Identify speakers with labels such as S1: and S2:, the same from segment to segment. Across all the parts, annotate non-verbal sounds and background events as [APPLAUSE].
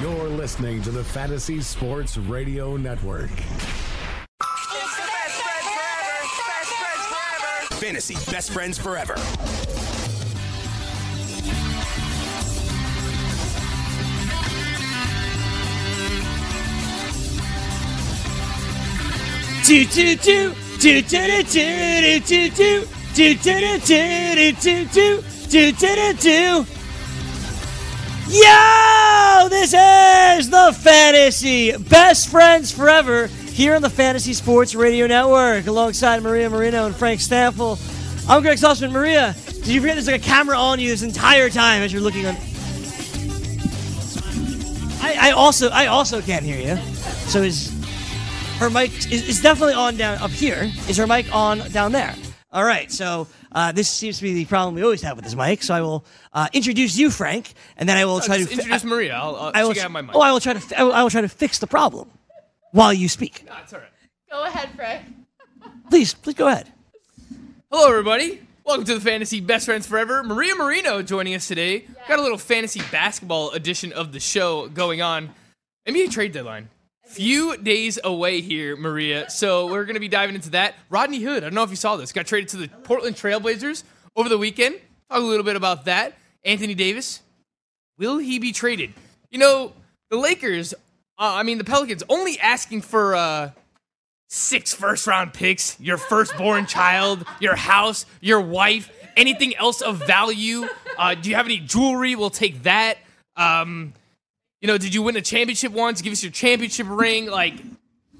S1: You're listening to the Fantasy Sports Radio Network.
S2: Fantasy Best Friends Forever.
S3: Do do do do do do do do do do do do do do do do do do do do. Yo, this is the fantasy best friends forever here on the Fantasy Sports Radio Network, alongside Maria Marino and Frank Staffel. I'm Greg Sussman. Maria, did you forget there's like a camera on you this entire time as you're looking on? I, I also I also can't hear you. So is her mic is, is definitely on down up here. Is her mic on down there? All right. So uh, this seems to be the problem we always have with this mic. So I will uh, introduce you, Frank, and then I will try to
S4: Uh, Just
S3: fi-
S4: introduce Maria. I'll, I'll,
S3: I, I will.
S4: she can have my mic.
S3: Oh, I will try to. fi- I will, I will try to fix the problem while you speak.
S4: Nah, it's all right.
S5: Go ahead, Frank.
S3: Please, please go ahead.
S4: Hello, everybody. Welcome to the Fantasy Best Friends Forever. Maria Marino joining us today. Got a little fantasy basketball edition of the show going on. NBA trade deadline. Few days away here, Maria. So we're going to be diving into that. Rodney Hood, I don't know if you saw this, got traded to the Portland Trailblazers over the weekend. Talk a little bit about that. Anthony Davis, Will he be traded? You know, the Lakers, uh, I mean, the Pelicans only asking for uh, six first round picks, your
S5: [LAUGHS]
S4: firstborn child, your house, your wife, anything else of value. Uh, do you have any jewelry? We'll take that. Um, you know, did you win a championship once? Give us your championship ring. Like,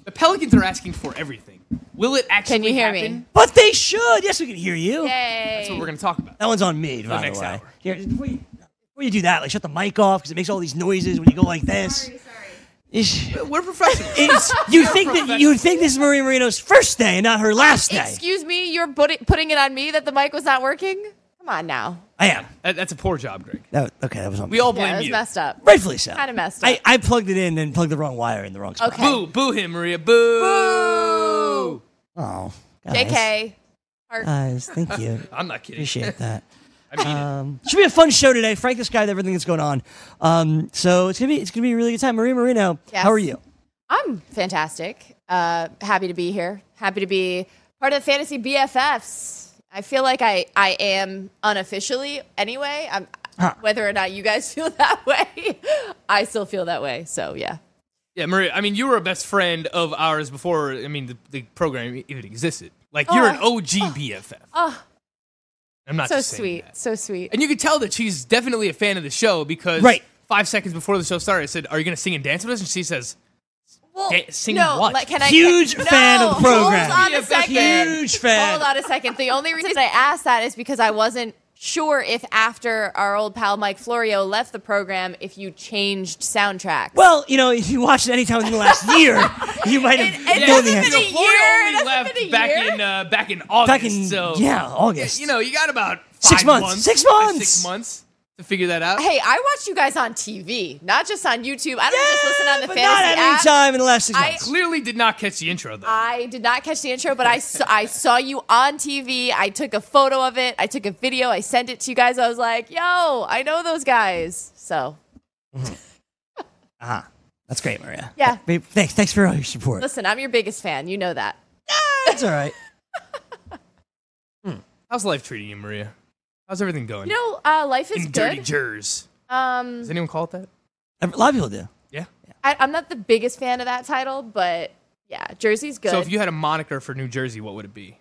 S4: the Pelicans are asking for everything. Will it actually
S5: you hear me?
S4: happen?
S3: But they should. Yes, we can hear you.
S5: Yay.
S4: That's what we're going to talk about.
S3: That one's on me. By
S4: next
S3: the way.
S4: hour.
S3: Here, before you, before you do that, like shut the mic off because it makes all these noises when you go like this. Ish.
S4: We're professionals.
S3: It's, you think that you would think this is Maria Marino's first day and not her last day?
S5: Excuse me, you're put- putting it on me that the mic was not working? Come on now.
S3: I am.
S4: That- that's a poor job, Greg.
S3: That, okay, that was on.
S4: We all blame
S5: Yeah, it was
S4: you.
S5: messed up.
S3: rightfully so.
S5: Kinda messed
S3: I,
S5: up.
S3: I plugged it in and plugged the wrong wire in the wrong spot.
S5: Okay.
S4: Boo, boo him, Maria. Boo.
S3: Oh, guys.
S5: JK. Heart.
S3: Guys, thank you.
S4: I'm not
S3: [LAUGHS]
S4: kidding.
S3: Appreciate that.
S4: I mean, it.
S3: Um, should be a fun show today. Frank, this guy, with everything that's going on. Um, so it's gonna be it's gonna be a really good time. Maria Marino,
S5: Yes.
S3: how are you?
S5: I'm fantastic. Uh, happy to be here. Happy to be part of the Fantasy BFFs. I feel like I, I am unofficially anyway. I'm, Whether or not you guys [LAUGHS] feel that way, I still feel that way. So, yeah.
S4: yeah, Maria. I mean, you were a best friend of ours before. I mean, the, the program e-, even existed. Like, you're an
S5: Oh.
S4: OG BFF.
S5: Oh.
S4: I'm not
S5: So
S4: just saying
S5: sweet.
S4: that.
S5: So sweet.
S4: And you could tell that she's definitely a fan of the show because
S3: Right.
S4: five seconds before the show started, I said, "Are you going to sing and dance with us?" And she says,
S5: Well,
S4: Da- sing
S5: no,
S4: what?
S5: like, can I,
S3: Huge
S5: can-
S3: fan
S5: no,
S3: of the program.
S5: Hold on a
S4: BFF
S5: second.
S3: Huge fan.
S5: Hold on a second. The only reason I asked that is because I wasn't sure if after our old pal Mike Florio left the program, if you changed soundtrack.
S3: Well, you know, if you watched it anytime within the last
S5: [LAUGHS]
S3: year, you might have
S5: It- it
S3: known the
S5: doesn't
S3: answer.
S5: a
S4: "Floyd
S5: year,
S4: only
S5: that's
S4: left
S5: been a
S4: back
S5: year."
S4: in uh, back in August."
S3: Back in
S4: so
S3: yeah, August.
S4: you know, you got about
S3: Six
S4: five
S3: months. Six
S4: five,
S3: months.
S4: six months to figure that out.
S5: Hey, I watch you guys on TV, not just on YouTube. I don't just listen on the
S3: but
S5: fantasy
S3: not at
S5: app.
S3: any time in the last six
S5: I-
S3: months.
S4: Clearly, did not catch the intro though.
S5: I did not catch the intro, but I saw, I saw you on TV. I took a photo of it. I took a video. I sent it to you guys. I was like, "Yo, I know those guys." So
S3: Ah, That's great, Maria.
S5: Yeah.
S3: Babe, Thanks, thanks for all your support.
S5: [LAUGHS] listen, I'm your biggest fan. You know that.
S3: That's all right.
S4: How's life treating you, Maria? How's everything going?
S5: You know, uh, life is
S4: in dirty
S5: good.
S4: jers.
S5: Um,
S4: Does anyone call it that?
S3: A lot of people do.
S4: Yeah.
S5: I, I'm not the biggest fan of that title, but yeah, Jersey's good.
S4: So if you had a moniker for New Jersey, what would it be?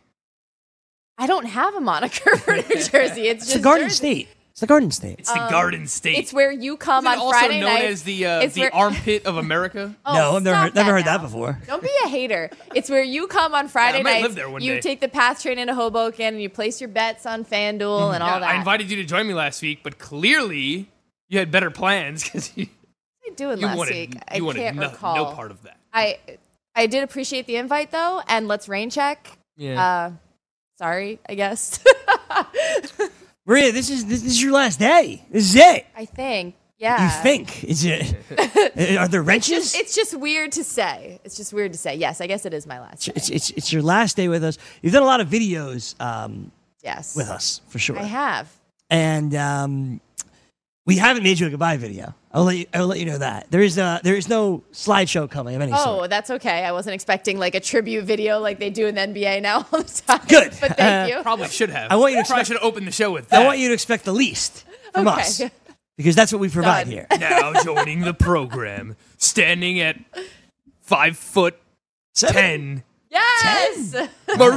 S5: I don't have a moniker [LAUGHS] for
S4: [LAUGHS]
S5: New Jersey. It's
S3: It's
S5: just
S3: the Garden
S5: Jersey.
S3: State. It's the Garden State.
S4: It's the Garden State.
S5: It's where you come
S4: Isn't it
S5: on
S4: also
S5: Friday
S4: known
S5: night.
S4: as the uh,
S5: It's
S4: the
S5: where-
S4: armpit of
S5: [LAUGHS]
S4: America.
S5: Oh,
S3: no, I've never
S5: stop
S3: heard, never heard
S5: now.
S3: that before.
S5: Don't be a hater. It's where you come on
S4: [LAUGHS] Yeah, I
S5: Friday
S4: might
S5: night.
S4: live there one
S5: you
S4: day.
S5: take the path train into Hoboken and you place your bets on FanDuel and all
S4: Mm-hmm. Yeah,
S5: that.
S4: I invited you to join me last week, but clearly you had better plans because you
S5: I doing
S4: You
S5: last
S4: wanted,
S5: week?
S4: you
S5: I
S4: wanted
S5: can't
S4: no,
S5: recall.
S4: no part of that.
S5: I I did appreciate the invite though, and let's rain check.
S4: Yeah.
S5: Uh, sorry, I guess. [LAUGHS]
S3: Maria, this is this is your last day. This is it.
S5: I think.
S3: You
S5: Yeah.
S3: think is it?
S5: [LAUGHS]
S3: Are there wrenches?
S5: It's just weird to say. It's just weird to say. Yes, I guess it is my last. day.
S3: It's, it's it's your last day with us. You've done a lot of videos um,
S5: Yes.
S3: with us for sure,
S5: I have.
S3: and um, we haven't made you a goodbye video. I'll let you, I'll let you know that there is uh, there is no slideshow coming of any
S5: Oh,
S3: sort.
S5: that's okay. I wasn't expecting like a tribute video like they do in the NBA now all the time.
S3: Good.
S5: [LAUGHS] But thank
S3: Uh,
S5: you.
S4: Probably should have.
S3: I want you to
S4: Probably
S3: expect-
S4: should have opened the show with that.
S3: I want you to expect the least from
S5: Okay.
S3: us because that's what we provide
S5: Done.
S3: here.
S4: [LAUGHS] now joining the program, standing at five foot ten,
S5: Yes.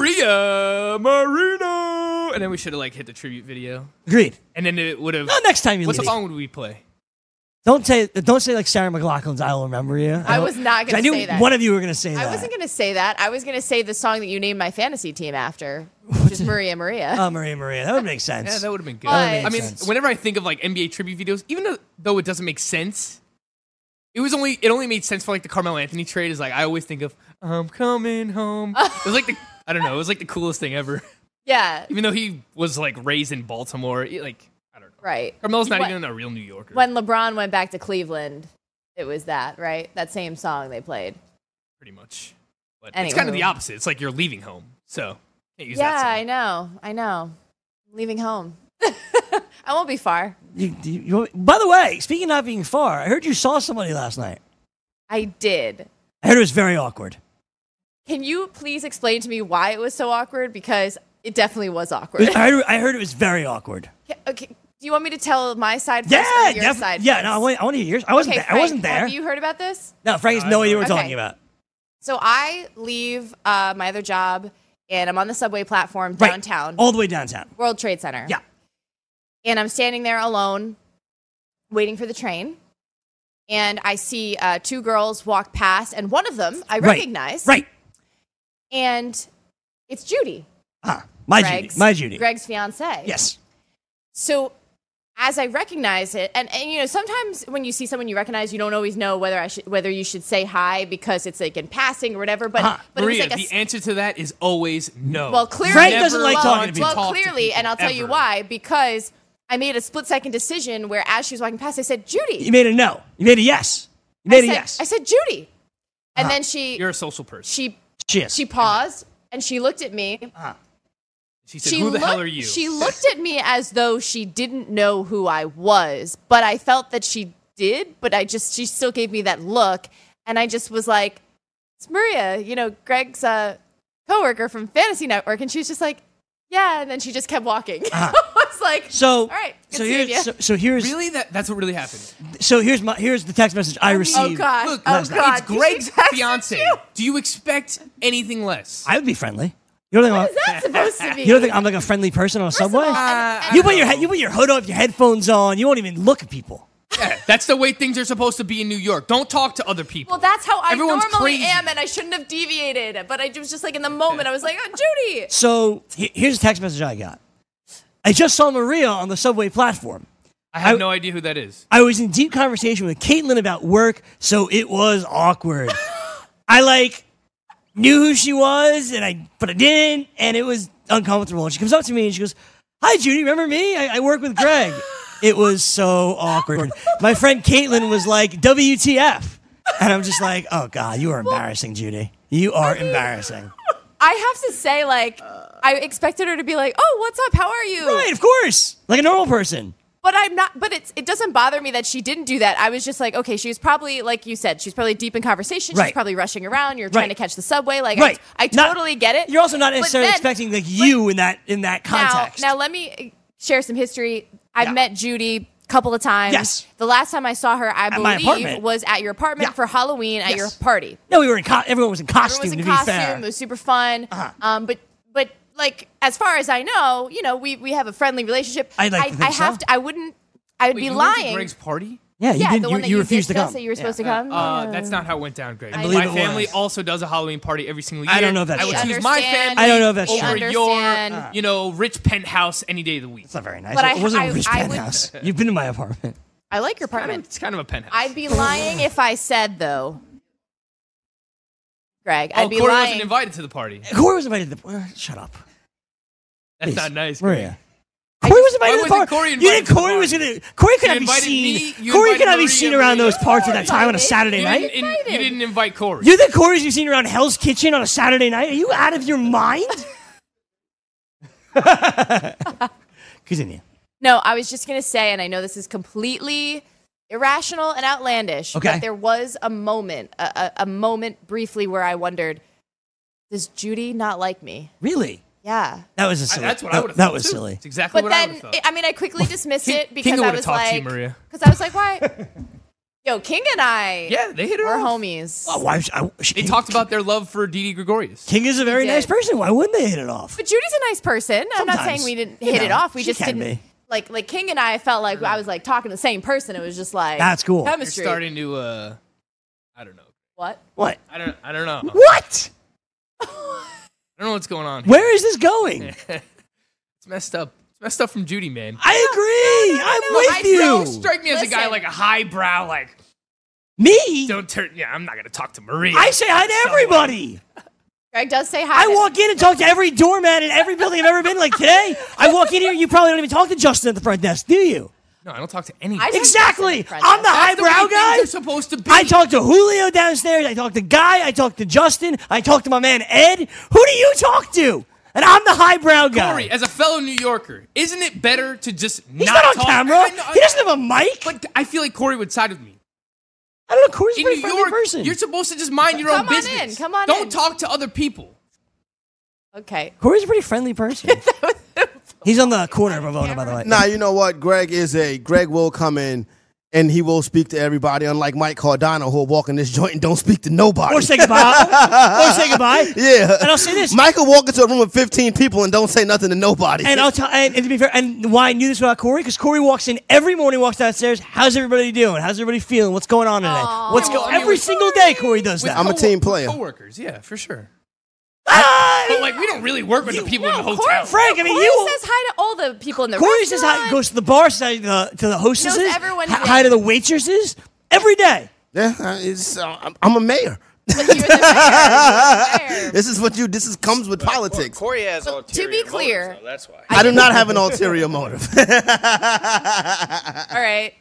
S4: Maria Marino. And then we should have like hit the tribute video,
S3: Agreed.
S4: and then it would have.
S3: Well, next time you
S4: What
S3: leave.
S4: song would we play?
S3: Don't say don't say like Sarah McLaughlin's "I Will Remember You."
S5: I
S3: don't-
S5: was not gonna
S3: I knew
S5: say that.
S3: one of you were going to say
S5: I
S3: that.
S5: wasn't gonna say that. I was gonna say the song that you named my fantasy
S3: [LAUGHS]
S5: team after, which is Maria Maria.
S3: Oh, Maria, Maria, that would make sense.
S4: Yeah, that would have been good.
S5: That would've
S4: I
S5: made
S4: mean,
S3: sense.
S4: whenever I think of like NBA tribute videos, even though, though it doesn't make sense, it was only it only made sense for like the Carmelo Anthony trade. Is like I always think of I'm coming
S5: [LAUGHS]
S4: home. It was like the I don't know. It was like the coolest thing ever. [LAUGHS]
S5: yeah.
S4: Even though he was like raised in Baltimore, he, like I don't know.
S5: Right.
S4: Carmelo's not
S5: What-
S4: even a real New Yorker.
S5: When LeBron went back to Cleveland, it was that right. That same song they played.
S4: pretty much. But it's
S5: Anyway.
S4: kind of the opposite. It's like you're leaving home, so can't use
S5: yeah,
S4: that.
S5: I know. I know. I'm leaving home. [LAUGHS] I won't be far.
S3: You- do you- you- by the way, speaking of not being far, I heard you saw somebody last night.
S5: I did.
S3: I heard it was very awkward.
S5: Can you please explain to me why it was so awkward? Because it definitely
S3: [LAUGHS]
S5: was awkward.
S3: I heard, I heard it was very awkward.
S5: okay. Do you want me to tell my side first
S3: Yeah,
S5: or your
S3: definitely.
S5: side?
S3: yeah.
S5: first?
S3: No, I want, I want to hear yours. I wasn't.
S5: Okay,
S3: there. I wasn't
S5: Frank,
S3: there.
S5: Have you heard about this?
S3: no, Frank has no idea what we're
S5: Okay.
S3: talking about.
S5: So I leave uh, my other job and I'm on the subway platform
S3: Right.
S5: downtown,
S3: all the way downtown.
S5: World Trade Center.
S3: Yeah.
S5: and I'm standing there alone, waiting for the train. And I see uh, two girls walk past, and one of them I
S3: Right.
S5: recognize.
S3: Right.
S5: And it's Judy,
S3: Ah, my
S5: Greg's,
S3: Judy. My Judy.
S5: Greg's fiance.
S3: Yes.
S5: So as I recognize it, and, and you know, sometimes when you see someone you recognize, you don't always know whether I should whether you should say hi because it's like in passing or whatever. But
S3: Uh-huh.
S5: but
S4: Maria,
S5: it was like a
S4: the answer to that is always no.
S5: Well, clearly,
S3: Frank doesn't like
S5: well,
S3: talking to
S5: well,
S3: people.
S5: clearly, and I'll tell you
S4: ever.
S5: why. Because I made a split second decision where, as she was walking past, I said, "Judy."
S3: You made a no. You made a yes. You made
S5: I
S3: a
S5: said,
S3: yes.
S5: I said, "Judy," and then she
S4: You're a social person.
S5: she
S3: Cheers.
S5: she paused and she looked at me.
S4: She said,
S5: She
S4: "Who the hell
S5: looked-
S4: are you?"
S5: She looked at me as though she didn't know who I was, but I felt that she did. But I just she still gave me that look, and I just was like, "It's Maria," you know, Greg's uh, coworker from Fantasy Network, and she was just like. Yeah, and then she just kept walking. [LAUGHS] I was like,
S3: so.
S5: all right, good
S3: So
S5: seeing you.
S3: here's so, so here's
S4: Really? That, that's what really happened.
S3: so here's my here's the text message I received.
S5: oh God,
S4: Look,
S5: oh
S4: it's
S5: God, did she
S4: Greg's
S5: text it
S4: fiance.
S5: to you?
S4: Do you expect anything less?
S3: I would be friendly. You don't think I'm,
S5: What is that supposed to be?
S3: you don't think I'm like a friendly person on a
S5: First of
S3: subway?
S5: all, and- and-
S3: you put your he- you put your hood up, your headphones on. You won't even look at people.
S4: Yeah, that's the way things are supposed to be in New York. Don't talk to other people.
S5: well, that's how I
S4: Everyone's
S5: normally
S4: crazy.
S5: am, and I shouldn't have deviated. But I was just like in the moment, I was like, oh, Judy.
S3: So he- here's a text message I got. I just saw Maria on the subway platform.
S4: I have
S3: I-
S4: no idea who that is.
S3: I was in deep conversation with Caitlin about work, so it was awkward. I like knew who she was, and I but I didn't, and it was uncomfortable. And she comes up to me and she goes, "Hi, Judy, remember me? I, I work with Greg." It was so awkward. My friend Caitlin was like, "WTF?" And I'm just like, "Oh God, you are embarrassing, Judy. You are embarrassing."
S5: I have to say, like, I expected her to be like, oh, what's up? How are you?
S3: Right, of course, like a normal person.
S5: But I'm not. But it's it doesn't bother me that she didn't do that. I was just like, okay, she was probably like you said, she's probably deep in conversation.
S3: Right.
S5: She's probably rushing around. You're trying
S3: Right.
S5: to catch the subway. Like, I-
S3: Right,
S5: I,
S3: Not-
S5: totally get it.
S3: You're also not
S5: But
S3: necessarily
S5: then-
S3: expecting like you in that in that context.
S5: Now, now let me share some history. I've
S3: Yeah.
S5: met Judy a couple of times.
S3: Yes.
S5: The last time I saw her, I
S3: my
S5: believe,
S3: apartment.
S5: was at your apartment
S3: Yeah.
S5: for Halloween at
S3: Yes.
S5: your party.
S3: No, we were in. Co- everyone was in costume.
S5: Everyone was in
S3: to be fair, Uh-huh.
S5: costume. It was super fun. Um, but but like as far as I know, you know, we we have a friendly relationship.
S3: I'd like
S5: I,
S3: to think
S5: I have
S3: so.
S5: to. I wouldn't. I would
S4: Wait,
S5: be
S4: you went to
S5: lying.
S4: Greg's party?
S3: yeah, you
S5: yeah,
S3: didn't.
S5: the
S3: You,
S5: one that
S3: you
S5: you
S3: refused to
S5: did
S3: come.
S5: say you were supposed
S3: Yeah.
S5: to come.
S4: Uh, that's not how it went down, Greg.
S3: believe
S4: my
S3: it
S4: family
S3: was.
S4: also does a Halloween party every single year.
S3: I don't know if that's
S4: I would
S3: true.
S4: choose my
S5: Oh, Understand.
S4: family
S3: I don't know if that's
S4: over
S5: true.
S4: your, uh,
S5: Understand.
S4: you know, rich penthouse any day of the week.
S3: It's not very nice.
S5: But
S3: it
S5: I-
S3: wasn't a
S5: I-
S3: rich
S5: I would-
S3: penthouse. You've been to my apartment.
S5: I like your
S4: Kind of-
S5: apartment.
S4: it's kind of a penthouse.
S5: I'd be lying if I said though. Greg,
S4: oh,
S5: I'd be
S4: Corey
S5: lying.
S4: wasn't invited to the party.
S3: Corey was invited to the. uh, shut up.
S4: [LAUGHS] That's
S3: Please.
S4: not nice. Corey.
S3: Maria. Corey was invited
S4: Why
S3: to the
S4: wasn't
S3: party.
S4: Corey
S3: you think
S4: invited to the
S3: Corey was
S4: party?
S3: gonna? Corey could
S4: You
S3: not be
S4: invited
S3: seen.
S4: me, you
S3: Corey
S4: invited
S3: could not be
S4: Maria,
S3: seen around
S4: Maria.
S3: those parts at that time on a Saturday
S4: You
S3: night.
S4: didn't, in-
S5: Invited.
S4: you didn't invite Corey.
S3: You think Corey's gonna be seen around Hell's Kitchen on a Saturday night? Are you out of your mind?
S4: [LAUGHS]
S3: Continue.
S5: No, I was just going to say, and I know this is completely irrational and outlandish,
S3: Okay.
S5: but there was a moment, a, a, a moment briefly where I wondered, does Judy not like me?
S3: Really?
S5: Yeah.
S3: That was a
S4: I-
S3: silly.
S4: that's what I
S3: that-
S4: would have
S3: That
S4: thought,
S3: was
S4: too.
S3: silly.
S4: It's exactly
S5: But
S4: what I would
S5: then,
S4: have thought.
S5: I, I mean, I quickly
S4: [LAUGHS]
S5: dismissed
S4: King-
S5: it because
S4: Kinga
S5: I
S4: would've
S5: was
S4: talked to you,
S5: like,
S4: Maria.
S5: because I was
S4: [LAUGHS]
S5: like, why? Yo, King and I
S4: yeah, they hit her.
S5: were
S4: off.
S5: homies.
S3: Oh, why? I, she,
S4: They talked about their love for Didi Gregorius.
S3: King is a very
S5: did.
S3: nice person. Why wouldn't they hit it off?
S5: But Judy's a nice person. I'm not
S3: Sometimes.
S5: saying we didn't
S3: You
S5: hit it
S3: know,
S5: off. We
S3: she
S5: just
S3: can
S5: didn't.
S3: be.
S5: Like, like King and I felt like I was like talking to the same person. It was just like
S3: That's cool. You're
S4: You're
S5: Chemistry.
S4: starting to. uh I don't know.
S5: What?
S3: What?
S4: I don't. I don't know.
S3: What?
S4: I don't know what's going on. here.
S3: Where is this going?
S4: It's messed up. It's messed up from Judy, man.
S3: I agree.
S5: no,
S3: I'm
S5: no,
S4: Don't
S3: with you.
S4: strike me as a guy
S5: Listen.
S4: like a highbrow, like
S3: Me?
S4: don't turn. Yeah, I'm not gonna talk to Maria.
S3: I say hi to everybody.
S5: Greg does say hi.
S3: I
S5: to-
S3: walk in and talk to every doorman in every building I've ever been. Like today, I walk in here. You probably don't even talk to Justin at the front desk, do you?
S4: no, I don't talk to anyone.
S5: I-
S3: Exactly.
S5: Justin at the front
S3: I'm the
S5: desk.
S4: That's the way
S3: highbrow
S4: things
S3: guy.
S4: are supposed to be.
S3: I talk to Julio downstairs. I talk to Guy. I talk to Justin. I talk to my man Ed. Who do you talk to? And I'm the highbrow guy.
S4: Corey, as a fellow New Yorker, isn't it better to just
S3: He's not, on
S4: talk?
S3: camera.
S4: I know- I-
S3: he doesn't have a mic.
S4: But I feel like Corey would side with me.
S3: I don't know. Corey's a
S4: In
S3: pretty
S4: New
S3: friendly
S4: York,
S3: person.
S4: you're supposed to just mind your
S5: Come
S4: own
S5: on in,
S4: business.
S5: come on
S4: Don't
S5: in.
S4: talk to other people.
S5: Okay.
S3: Corey's a pretty friendly
S4: [LAUGHS]
S3: person. He's on the corner of Ravona, by the way.
S6: Nah, you know what? Greg is a Greg will come in and he will speak to everybody, unlike Mike Cardano, who'll walk in this joint and don't speak to nobody.
S3: Or say goodbye.
S4: [LAUGHS]
S3: or say goodbye.
S6: [LAUGHS] yeah.
S3: And I'll say this.
S6: Michael walk into a room with 15 people and don't say nothing to nobody.
S3: and I'll tell, and, and to be fair, and why I knew this about Corey, because Corey walks in every morning, walks downstairs. How's everybody doing? How's everybody feeling? What's going on today? What's
S4: Yeah,
S3: go?
S4: well, I mean,
S3: every
S4: with
S3: single day, Corey does
S4: With
S3: that.
S6: I'm a
S4: cowork-
S6: team
S4: with
S6: player.
S4: Coworkers, yeah, for sure.
S3: Ah!
S4: But like, we don't really work with the people in the
S5: Corey-
S4: hotel.
S3: Frank, I mean,
S5: Corey
S3: you-
S5: says hi to all the people in the
S3: Corey says
S5: restaurant.
S3: hi, goes to the bar, says hi to the, to the hostesses,
S5: Knows everyone's
S3: hi hi to the waitresses every day.
S6: yeah, I- it's, uh, I'm- I'm a mayor. [LAUGHS]
S5: But you're
S3: [LAUGHS]
S5: the mayor. You're the mayor.
S6: This is what you. This is comes with politics.
S7: Corey has
S5: Well, to be
S7: ulterior motives,
S5: clear-
S7: though, that's why.
S6: I do not have [LAUGHS] an ulterior motive.
S5: All right.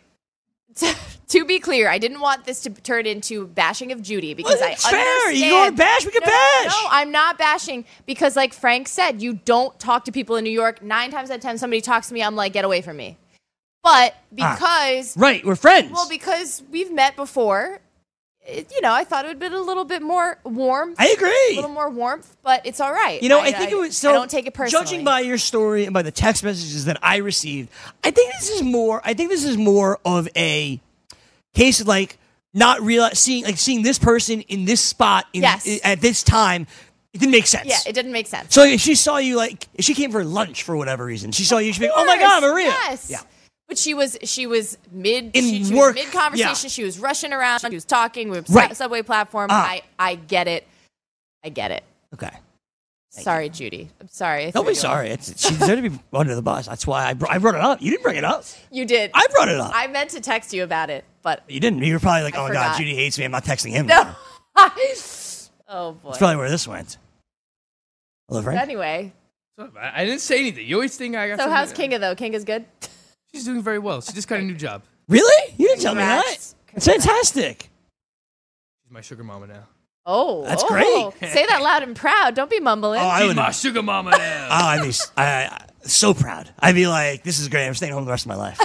S5: [LAUGHS] to be clear, I didn't want this to turn into bashing of Judy because
S3: Well,
S5: I
S3: it's fair.
S5: understand.
S3: You wanna bash, we can
S5: no,
S3: bash.
S5: No, I'm not bashing because, like Frank said, you don't talk to people in New York. Nine times out of ten, somebody talks to me, I'm like, get away from me. But
S3: Ah.
S5: because
S3: Right, we're friends.
S5: Well, because we've met before, it, you know, I thought it would have been a little bit more warm.
S3: I
S5: A
S3: agree.
S5: little more warmth, but it's all right.
S3: You know, I, think it was so.
S5: I don't take it personally.
S3: Judging by your story and by the text messages that I received, I think this is more. I think this is more of a case of like not realizing, seeing like seeing this person in this spot in,
S5: Yes.
S3: at this time. It didn't make sense.
S5: yeah, it didn't make sense.
S3: so if she saw you like if she came for lunch for whatever reason, she saw you. She'd be like, "Oh my god,
S5: course,
S3: Maria!"
S5: Yes.
S3: Yeah.
S5: But she was she was mid
S3: In
S5: she, she
S3: work,
S5: was mid conversation.
S3: yeah.
S5: She was rushing around. She was talking. We were
S3: Right.
S5: su- subway platform.
S3: Ah.
S5: I I get it. I get it.
S3: Okay.
S5: sorry, Judy. I'm sorry. I
S3: Don't be
S5: threw you off.
S3: sorry. It's, she deserved to be under the bus. That's why I, br- I brought it up. You didn't bring it up.
S5: You did.
S3: I brought it up.
S5: I meant to text you about it, but [LAUGHS]
S3: you didn't. You were probably like,
S5: I
S3: "Oh my god,
S5: forgot.
S3: Judy hates me. I'm not texting him."
S5: no.
S3: anymore."
S5: oh boy.
S3: That's probably where this went. Hello, Frank.
S5: Anyway,
S4: So, I I didn't say anything. You always think I got.
S5: so
S4: something-
S5: how's Kinga though? Kinga's good. [LAUGHS]
S4: She's doing very well. She just got a new job.
S3: Really? You didn't tell me that.
S5: Congrats.
S3: It's fantastic.
S4: She's my sugar mama now.
S5: Oh,
S3: That's
S5: oh.
S3: great. Oh,
S5: Say that loud and proud. Don't be mumbling.
S3: I
S4: She's
S3: would-
S4: my sugar mama
S3: Oh,
S4: now.
S3: I'd be s- I, I- so proud. I'd be like, this is great. I'm staying home the rest of my [LAUGHS] life.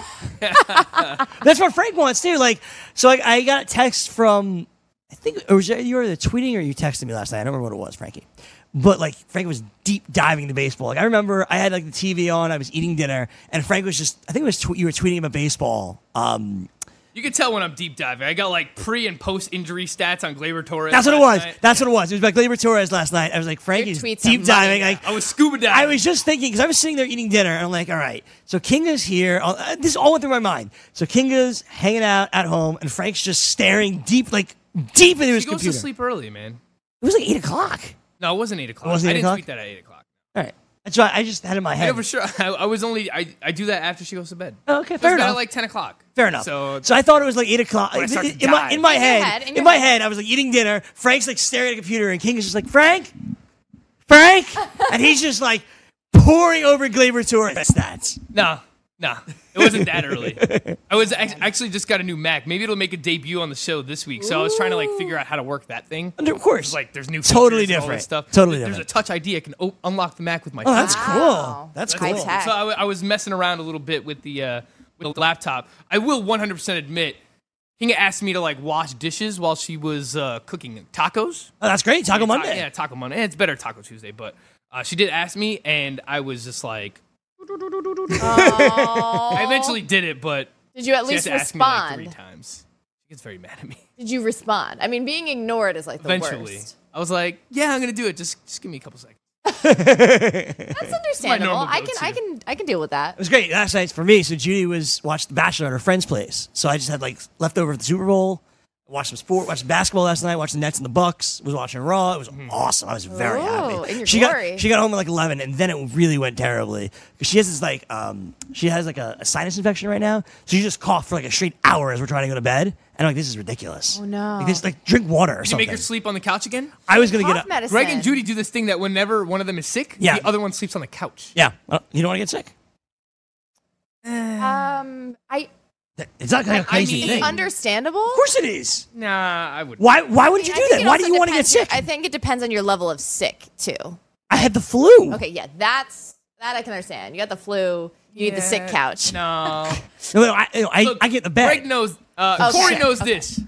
S3: That's what Frank wants too. Like, so I, I got a text from, I think, or was it, you were either tweeting or you texted me last night. I don't remember what it was, Frankie. But like, Frank was deep diving into baseball. Like, I remember I had like the TV on. I was eating dinner, and Frank was just, I think it was, tw- you were tweeting about baseball. Um,
S4: you can tell when I'm deep diving. I got like pre and post injury stats on Glaber Torres.
S3: that's what it
S4: last
S3: was.
S4: night.
S3: That's what it was. It was about Glaber Torres last night. I was like, Frankie's
S5: tweets are
S3: deep
S5: money.
S3: diving. Like,
S4: I was scuba
S3: I
S4: diving.
S3: was just thinking because I was sitting there eating dinner, and I'm like, all right, so Kinga's here. I'll- uh, This all went through my mind. So Kinga's hanging out at home, and Frank's just staring deep, like deep into his
S4: She goes
S3: computer.
S4: to sleep early, man.
S3: It was like eight o'clock.
S4: No, it wasn't eight o'clock.
S3: wasn't
S4: I
S3: eight
S4: didn't
S3: o'clock?
S4: tweet that at eight o'clock.
S3: All right, I That's why I just had in my
S4: I
S3: head.
S4: know for sure. [LAUGHS] I, I was only I, I do that after she goes to bed.
S3: Oh, okay,
S4: It was
S3: fair
S4: about
S3: enough.
S4: like ten o'clock.
S3: Fair enough.
S4: So,
S3: So, I thought it was like eight o'clock.
S4: When I
S3: In,
S4: start to
S3: in my
S4: die.
S3: in my
S5: In your
S3: head,
S5: head, in
S3: in,
S5: your
S3: my
S5: head.
S3: head, I was like eating dinner. Frank's like staring at a computer, and King is just like Frank,
S5: [LAUGHS]
S3: Frank, and he's just like pouring over Glaber Torres stats.
S4: nah, nah, it wasn't
S3: [LAUGHS]
S4: that early. I was ac- actually just got a new Mac. Maybe it'll make a debut on the show this week. So I was trying to like figure out how to work that thing.
S3: And of course,
S4: It's like there's new
S3: Totally
S4: features and all
S3: different.
S4: this stuff.
S3: Totally
S4: There's
S3: different.
S4: a touch ID. I can o- unlock the Mac with my.
S3: oh, that's
S4: touch.
S5: Wow.
S3: cool. That's
S5: High
S3: cool.
S5: tech.
S4: So I, w- I was messing around a little bit with the uh, with the laptop. I will 100% admit, Kinga asked me to like wash dishes while she was uh, cooking tacos.
S3: Oh, that's great. Taco
S4: Ta-
S3: Monday.
S4: yeah, Taco Monday. It's better Taco Tuesday, but uh, she did ask me, and I was just like, [LAUGHS] I eventually did it, but
S5: Did you at
S4: she has
S5: least
S4: to ask me like
S5: respond?
S4: three times. She gets very mad at me.
S5: Did you respond? I mean, being ignored is like the
S4: Eventually,
S5: worst.
S4: I was like, yeah, I'm gonna do it. Just just give me a couple seconds.
S5: That's understandable.
S4: normal
S5: I can, I
S4: go-to.
S5: can, I can deal with
S3: It
S5: that.
S3: was great last night for me. So Judy was watched The Bachelor at her friend's place. So I just had like leftover of the Super Bowl. Watched some sport. Watched basketball last night. Watched the Nets and the Bucks. Was watching Raw. It was awesome. I was very
S5: Oh,
S3: happy.
S5: in your
S3: she
S5: glory.
S3: got she got home at like eleven, and then it really went terribly. 'Cause She has this like um she has like a, a sinus infection right now. So she just coughed for like a straight hour as we're trying to go to bed. And I'm like, this is ridiculous. Oh
S5: no.
S3: Like, this, like drink water or
S4: Did you
S3: something.
S4: make her sleep on the couch again?
S3: I was gonna get
S5: Cough
S3: up.
S5: medicine.
S4: Greg and Judy do this thing that whenever one of them is sick,
S3: Yeah.
S4: the other one sleeps on the couch.
S3: Yeah, Well, you don't want to get sick.
S5: Um, I.
S3: That- It's not like a
S4: I
S3: crazy
S4: mean-
S3: thing.
S5: It's understandable.
S3: of course it is.
S4: Nah, I wouldn't.
S3: Why? Why would you
S5: I
S3: do
S5: think
S3: that?
S5: it
S3: Why do
S5: also
S3: you want to get
S5: depends-
S3: sick?
S5: I think it depends on your level of sick too.
S3: I had the flu.
S5: Okay, yeah, that's that I can understand. You got the flu. You need the sick
S4: Yeah.
S3: [LAUGHS]
S5: couch.
S4: No.
S3: No, no, I, no, I,
S4: Look,
S3: I get the bed.
S4: Greg knows. Uh,
S5: Okay.
S4: Corey knows
S5: Okay.
S4: this.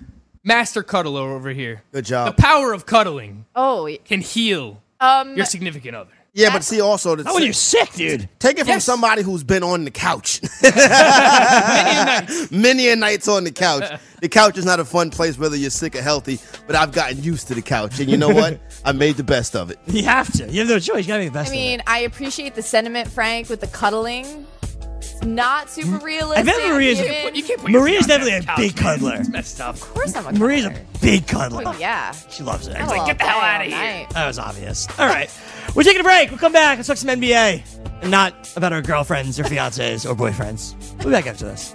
S4: Master cuddler over here.
S6: Good
S4: The
S6: job.
S4: power of cuddling
S5: Oh, y-
S4: can heal
S5: um,
S4: your significant other.
S6: Yeah, but see, also the,
S3: Not when you're sick, dude.
S6: take it from
S4: Yes.
S6: somebody who's been on the couch [LAUGHS] many a nights on the couch. The couch is not a fun place, whether you're sick or healthy. But I've gotten used to the couch, and you know what? I made the best of it.
S3: You have to. You have no choice. You gotta make the best
S5: I
S3: of
S5: mean, I appreciate the sentiment, Frank, with the cuddling. It's not super realistic.
S3: it. I bet Maria's.
S5: even-
S4: Put- You
S5: of
S4: can't put your
S3: Maria's
S4: fiancé on
S3: definitely a
S4: the
S3: big
S4: couch, man.
S3: cuddler.
S4: It's messed up.
S5: course, I'm a
S3: Maria's a
S5: cuddler.
S3: big cuddler.
S5: Oh, yeah.
S3: She loves it.
S5: I'm
S3: Like,
S5: all
S4: "Get the hell
S5: day,
S4: outta
S5: all
S4: here."
S5: night.
S3: that was obvious. All right, we're taking a break. We'll come back. Let's talk some NBA and not about our girlfriends or fiancés or boyfriends. We'll be back after this.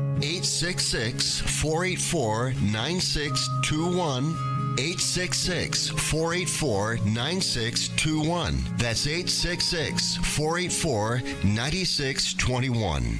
S7: 866 484 9621. 866 484 9621. That's 866 484 9621.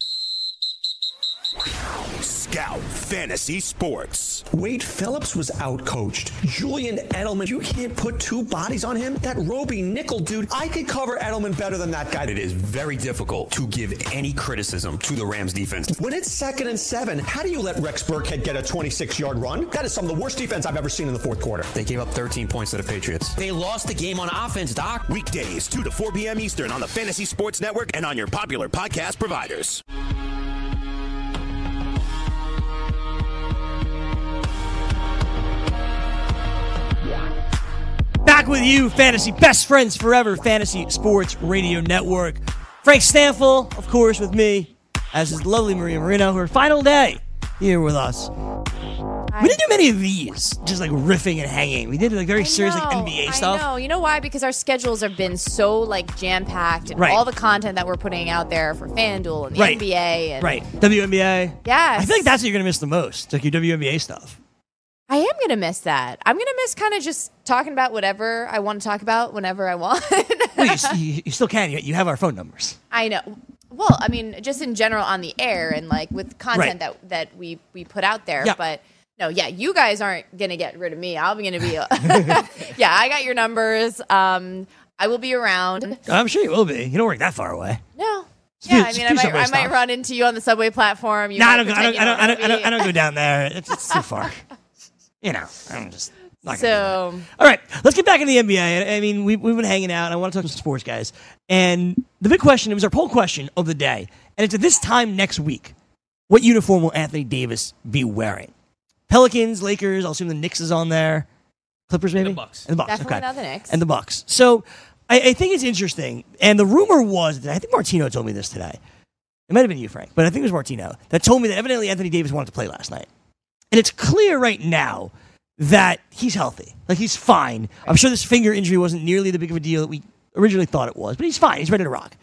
S2: Scout Fantasy Sports.
S8: Wade Phillips was outcoached. Julian Edelman, you can't put two bodies on him. That Roby Nickel dude, I could cover Edelman better than that guy. It is very difficult to give any criticism to the Rams defense. When it's second and seven, how do you let Rex Burkhead get a 26 yard run? That is some of the worst defense I've ever seen in the fourth quarter. They gave up 13 points to the Patriots. They lost the game on offense, Doc.
S2: Weekdays, 2 to 4 p.m. Eastern on the Fantasy Sports Network and on your popular podcast providers.
S3: Back with you, fantasy best friends forever, fantasy sports radio network. Frank Stanfill, of course, with me, as is lovely Maria Marino, her final day here with us.
S5: I-
S9: We didn't do many of these, just like riffing and hanging. We did like very
S5: I
S9: serious like
S5: know,
S9: NBA
S5: I
S9: stuff.
S5: know. You know why? Because our schedules have been so like jam packed, and
S9: Right.
S5: all the content that we're putting out there for FanDuel and the
S9: Right.
S5: NBA and
S9: Right. WNBA.
S5: Yes.
S9: I feel like that's what you're going to miss the most, like your WNBA stuff.
S5: I am gonna miss that. I'm gonna miss kind of just talking about whatever I want to talk about whenever I want. [LAUGHS]
S9: Well, you, s- you, you still can. You, you have our phone numbers.
S5: I know. Well, I mean, just in general on the air and like with
S9: Right.
S5: content that that we we put out there,
S9: Yeah.
S5: but. No, yeah, you guys aren't gonna get rid of me. I'm
S9: [LAUGHS]
S5: gonna be, [LAUGHS] yeah, I got your numbers. Um, I will be around.
S9: I'm sure you will be. You don't work that far away.
S5: No.
S9: do-
S5: Yeah, I
S9: just
S5: mean,
S9: do
S5: I might,
S9: subway
S5: I
S9: stop.
S5: might run into you on the subway platform. You
S9: No, I
S5: might
S9: don't, go, I,
S5: pretend
S9: don't, I, don't, I, don't, I,
S5: you
S9: don't, I
S5: know
S9: don't go down there. It's, it's too far. [LAUGHS] You know, I'm just not gonna do that.
S5: So,
S9: All right, let's get back into the NBA. I I mean, we, we've been hanging out. I want to talk to some sports guys. And the big question, it was our poll question of the day. And it's at this time next week. What uniform will Anthony Davis be wearing? Pelicans, Lakers, I'll assume the Knicks is on there. Clippers, maybe?
S4: Bucks.
S9: And the Bucks,
S5: Definitely
S9: okay.
S5: not the Knicks.
S9: And the Bucks. So I, I think it's interesting. And the rumor was, that I think Martino told me this today. It might have been you, Frank, but I think it was Martino that told me that evidently Anthony Davis wanted to play last night. And it's clear right now that he's healthy. Like he's fine. I'm sure this finger injury wasn't nearly the big of a deal that we originally thought it was, but he's fine. He's ready to rock.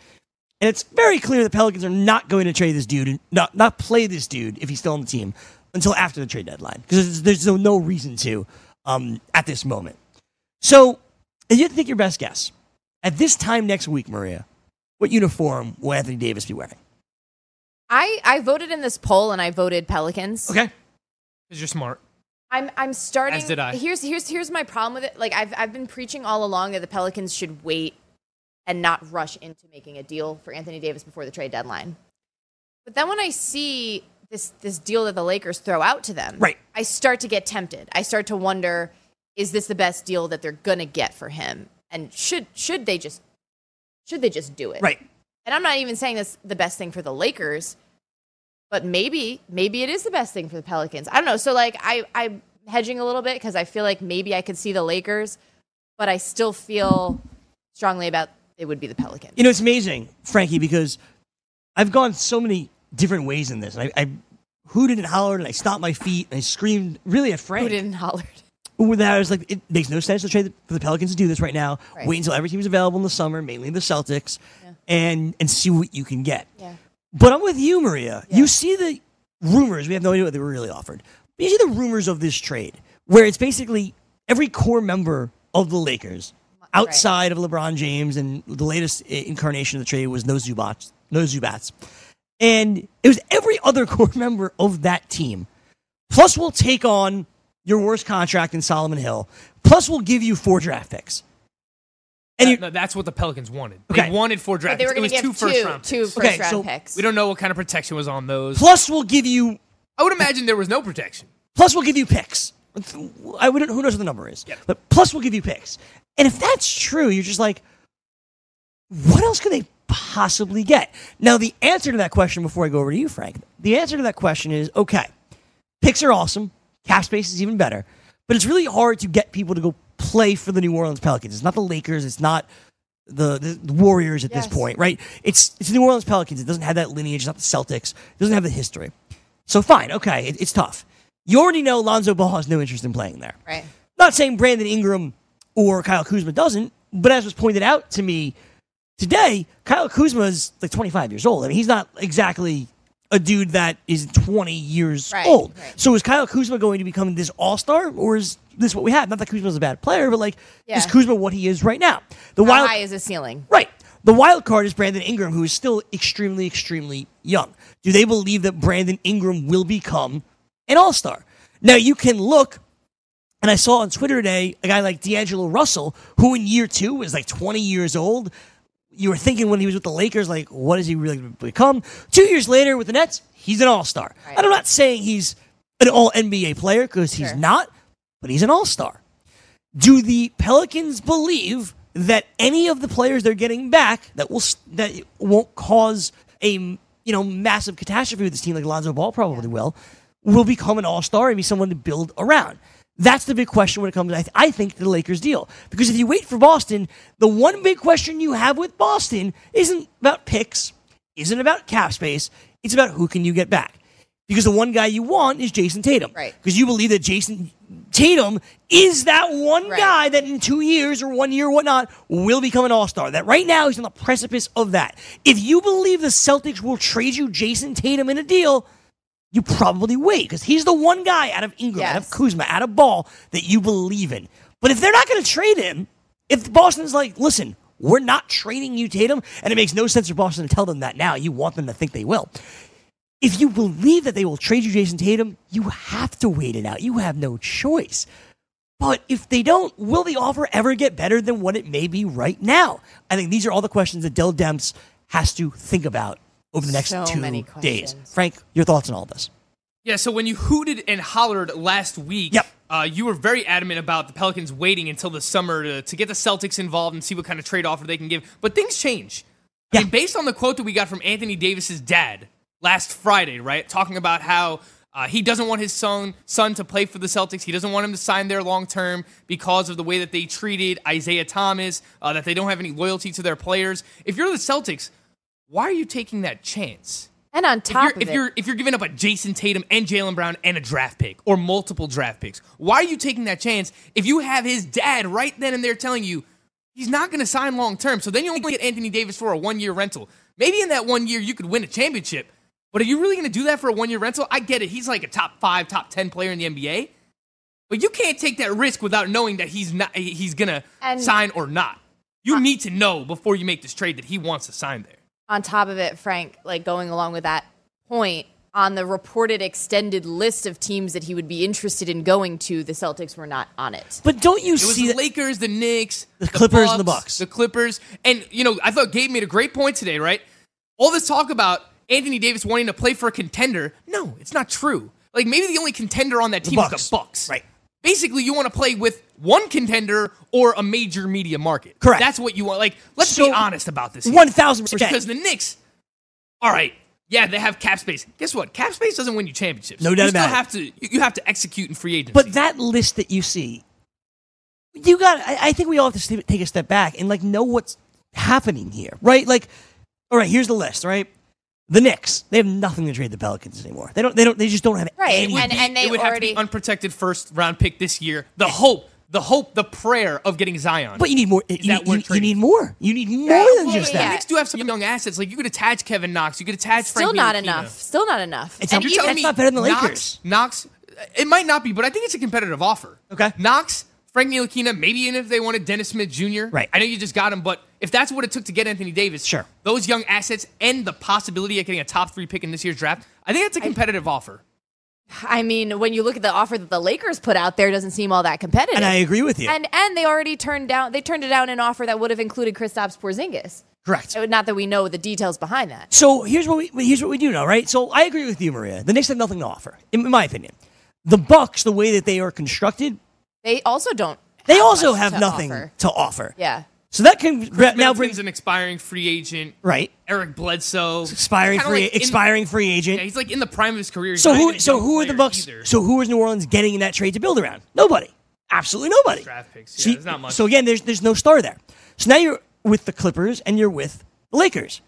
S9: And it's very clear the Pelicans are not going to trade this dude and not, not play this dude if he's still on the team until after the trade deadline because there's, there's no reason to um, at this moment. So you have to take your best guess. At this time next week, Maria, what uniform will Anthony Davis be wearing?
S5: I, I voted in this poll and I voted Pelicans.
S9: Okay.
S4: Because you're smart.
S5: I'm I'm starting.
S4: As did I.
S5: Here's here's here's my problem with it. Like I've I've been preaching all along that the Pelicans should wait and not rush into making a deal for Anthony Davis before the trade deadline. But then when I see this this deal that the Lakers throw out to them,
S9: Right.
S5: I start to get tempted. I start to wonder, is this the best deal that they're gonna get for him? And should should they just should they just do it?
S9: Right.
S5: And I'm not even saying that's the best thing for the Lakers, but maybe maybe it is the best thing for the Pelicans. I don't know. So like I I'm hedging a little bit because I feel like maybe I could see the Lakers, but I still feel strongly about it would be the Pelicans.
S9: You know, it's amazing, Frankie, because I've gone so many different ways in this. And I, I hooted and hollered and I stomped my feet and I screamed really at Frank.
S5: Who didn't holler?
S9: With that, I was like, it makes no sense to trade for the Pelicans to do this right now.
S5: Right.
S9: Wait until every team's available in the summer, mainly the Celtics, and and see what you can get.
S5: Yeah.
S9: But I'm with you, Maria. You see the rumors. We have no idea what they were really offered. But you see the rumors of this trade, where it's basically every core member of the Lakers, outside of LeBron James, and the latest i- incarnation of the trade was no Zubats, no Zubats, and it was every other [LAUGHS] core member of that team. Plus, we'll take on your worst contract in Solomon Hill. Plus, we'll give you four draft picks. And
S4: That-
S9: you,
S4: no, that's what the Pelicans wanted.
S9: Okay.
S4: They wanted four draft
S5: But they were
S4: picks. It
S5: going
S4: was
S5: to
S4: two
S5: give two
S4: first round
S5: two
S4: picks.
S5: first
S9: Okay,
S5: round
S9: so
S5: picks.
S4: We don't know what kind of protection was on those.
S9: plus, we'll give you
S4: I would imagine there was no protection.
S9: Plus, we'll give you picks. I wouldn't. Who knows what the number is? But plus, we'll give you picks. And if that's true, you're just like, what else could they possibly get? Now, the answer to that question, before I go over to you, Frank, the answer to that question is okay. Picks are awesome. Cap space is even better. But it's really hard to get people to go play for the New Orleans Pelicans. It's not the Lakers. It's not the, the Warriors at
S5: Yes.
S9: this point, right? It's it's the New Orleans Pelicans. It doesn't have that lineage. It's not the Celtics. It doesn't have the history. So fine, okay, it, it's tough. You already know Lonzo Ball has no interest in playing there.
S5: Right.
S9: Not saying Brandon Ingram or Kyle Kuzma doesn't, but as was pointed out to me today, Kyle Kuzma is like 25 years old. I mean, he's not exactly a dude that is 20 years
S5: Right,
S9: old.
S5: right.
S9: So is Kyle Kuzma going to become this all star, or is this what we have? Not that Kuzma's a bad player, but like is
S5: Yeah.
S9: Kuzma what he is right now? The
S5: How
S9: wild
S5: high is the ceiling?
S9: Right. The wild card is Brandon Ingram, who is still extremely, extremely young. Do they believe that Brandon Ingram will become an all star? Now, you can look, and I saw on Twitter today a guy like D'Angelo Russell, who in year two was like 20 years old. You were thinking when he was with the Lakers, like, what is he really going to become? Two years later with the Nets, he's an all star.
S5: Right.
S9: And I'm not saying he's an all NBA player because he's
S5: Sure.
S9: not, but he's an all star. Do the Pelicans believe that any of the players they're getting back that will that won't cause a you know massive catastrophe with this team like Lonzo Ball probably will will become an All Star and be someone to build around? That's the big question when it comes. I, th- I think to the Lakers deal because if you wait for Boston, the one big question you have with Boston isn't about picks, isn't about cap space. It's about who can you get back. because the one guy you want is Jason Tatum.
S5: Right.
S9: Because you believe that Jason Tatum is that one
S5: Right.
S9: guy that in two years or one year, whatnot, will become an all star. That right now he's on the precipice of that. If you believe the Celtics will trade you Jason Tatum in a deal, you probably wait because he's the one guy out of Ingram, out of
S5: Yes.
S9: Kuzma, out of Ball that you believe in. But if they're not going to trade him, if Boston's like, listen, we're not trading you, Tatum, and it makes no sense for Boston to tell them that now. You want them to think they will. If you believe that they will trade you Jason Tatum, you have to wait it out. You have no choice. But if they don't, will the offer ever get better than what it may be right now? I think these are all the questions that Dell Demps has to think about over the next
S5: So
S9: two
S5: many
S9: days.
S5: questions.
S9: Frank, your thoughts on all this?
S4: Yeah, so when you hooted and hollered last week,
S9: Yep.
S4: uh, you were very adamant about the Pelicans waiting until the summer to, to get the Celtics involved and see what kind of trade offer they can give. But things change. I
S9: Yeah.
S4: mean, based on the quote that we got from Anthony Davis's dad last Friday, right, talking about how uh, he doesn't want his son son to play for the Celtics. He doesn't want him to sign there long term because of the way that they treated Isaiah Thomas, uh, that they don't have any loyalty to their players. If you're the Celtics, why are you taking that chance?
S5: And on
S4: If you're,
S5: top
S4: if
S5: of it,
S4: you're if you're giving up a Jason Tatum and Jalen Brown and a draft pick or multiple draft picks, why are you taking that chance if you have his dad right then and there telling you he's not going to sign long term? So then you only get Anthony Davis for a one year rental. Maybe in that one year you could win a championship, but are you really going to do that for a one year rental? I get it. He's like a top five, top ten player in the NBA, but you can't take that risk without knowing that he's not he's going to
S5: And-
S4: sign or not. You need to know before you make this trade that he wants to sign there.
S5: on top of it, Frank, like going along with that point, on the reported extended list of teams that he would be interested in going to, the Celtics were not on it.
S9: But don't you
S4: It was
S9: see
S4: the
S9: that?
S4: Lakers, the Knicks,
S9: The Clippers and the Bucks.
S4: the Clippers, and you know I thought Gabe made a great point today, right? All this talk about Anthony Davis wanting to play for a contender, no, it's not true. Like maybe the only contender on that team is
S9: Bucks.
S4: the Bucks,
S9: Right.
S4: Basically, you want to play with one contender or a major media market.
S9: Correct.
S4: That's what you want. Like, let's be
S9: So-
S4: honest about this. here.
S9: 1000%.
S4: Because the Knicks, all right, yeah, they have cap space. Guess what? Cap space doesn't win you championships.
S9: No doubt
S4: you still
S9: about it.
S4: have to. you- You have to execute in free agency.
S9: But that list that you see, you got. I, I think we all have to st- take a step back and like know what's happening here, right? Like, all right, here's the list, right? The Knicks, they have nothing to trade the Pelicans anymore. They don't. They don't. They just don't have
S5: Right,
S9: any-
S5: and- and they
S4: it would have
S5: already-
S4: to be unprotected first round pick this year. The hope, the hope, the prayer of getting Zion.
S9: but you need more. You,
S4: that
S9: need-
S4: we're
S9: you- you
S4: trading
S9: need more. You need more
S5: Right.
S9: than
S5: Well,
S9: just
S5: yeah.
S4: the
S9: that.
S4: Knicks do have some young assets. Like you could attach Kevin Knox, you could attach
S5: Still
S4: Frank
S5: not
S4: Ntilikina.
S5: enough. Still not enough.
S9: It's
S5: And
S9: not-
S5: even-
S9: that's not better than the
S4: Knox-
S9: Lakers.
S4: Knox, it might not be, but I think it's a competitive offer.
S9: Okay.
S4: Knox, Frank Ntilikina, maybe even if they wanted Dennis Smith Jr.
S9: Right.
S4: I know you just got him, but if that's what it took to get Anthony Davis,
S9: Sure.
S4: Those young assets and the possibility of getting a top three pick in this year's draft, I think that's a competitive offer.
S5: I mean, when you look at the offer that the Lakers put out there, it doesn't seem all that competitive.
S9: And I agree with you.
S5: And and they already turned down they turned down an offer that would have included Kristaps Porzingis.
S9: Correct.
S5: So Not that we know the details behind that.
S9: So here's what we here's what we do know, right? So I agree with you, Maria. The Knicks have nothing to offer, in my opinion. The Bucks, the way that they are constructed,
S5: They also don't.
S9: they
S5: have
S9: also
S5: much
S9: have
S5: to
S9: nothing
S5: offer.
S9: to offer.
S5: Yeah.
S9: So that can bre- now
S4: Middleton's
S9: brings
S4: an expiring free agent.
S9: right
S4: Eric Bledsoe,
S9: expiring
S4: Kinda
S9: free
S4: like in-
S9: expiring free agent.
S4: yeah, he's like in the prime of his career. He's
S9: so
S4: not even
S9: who
S4: a
S9: so
S4: young
S9: who are the
S4: player
S9: Bucks?
S4: either.
S9: So who is New Orleans getting in that trade to build around? Nobody. Absolutely nobody.
S4: Draft picks, yeah,
S9: See-
S4: there's not much.
S9: So again, there's there's no star there. So now you're with the Clippers and you're with the Lakers.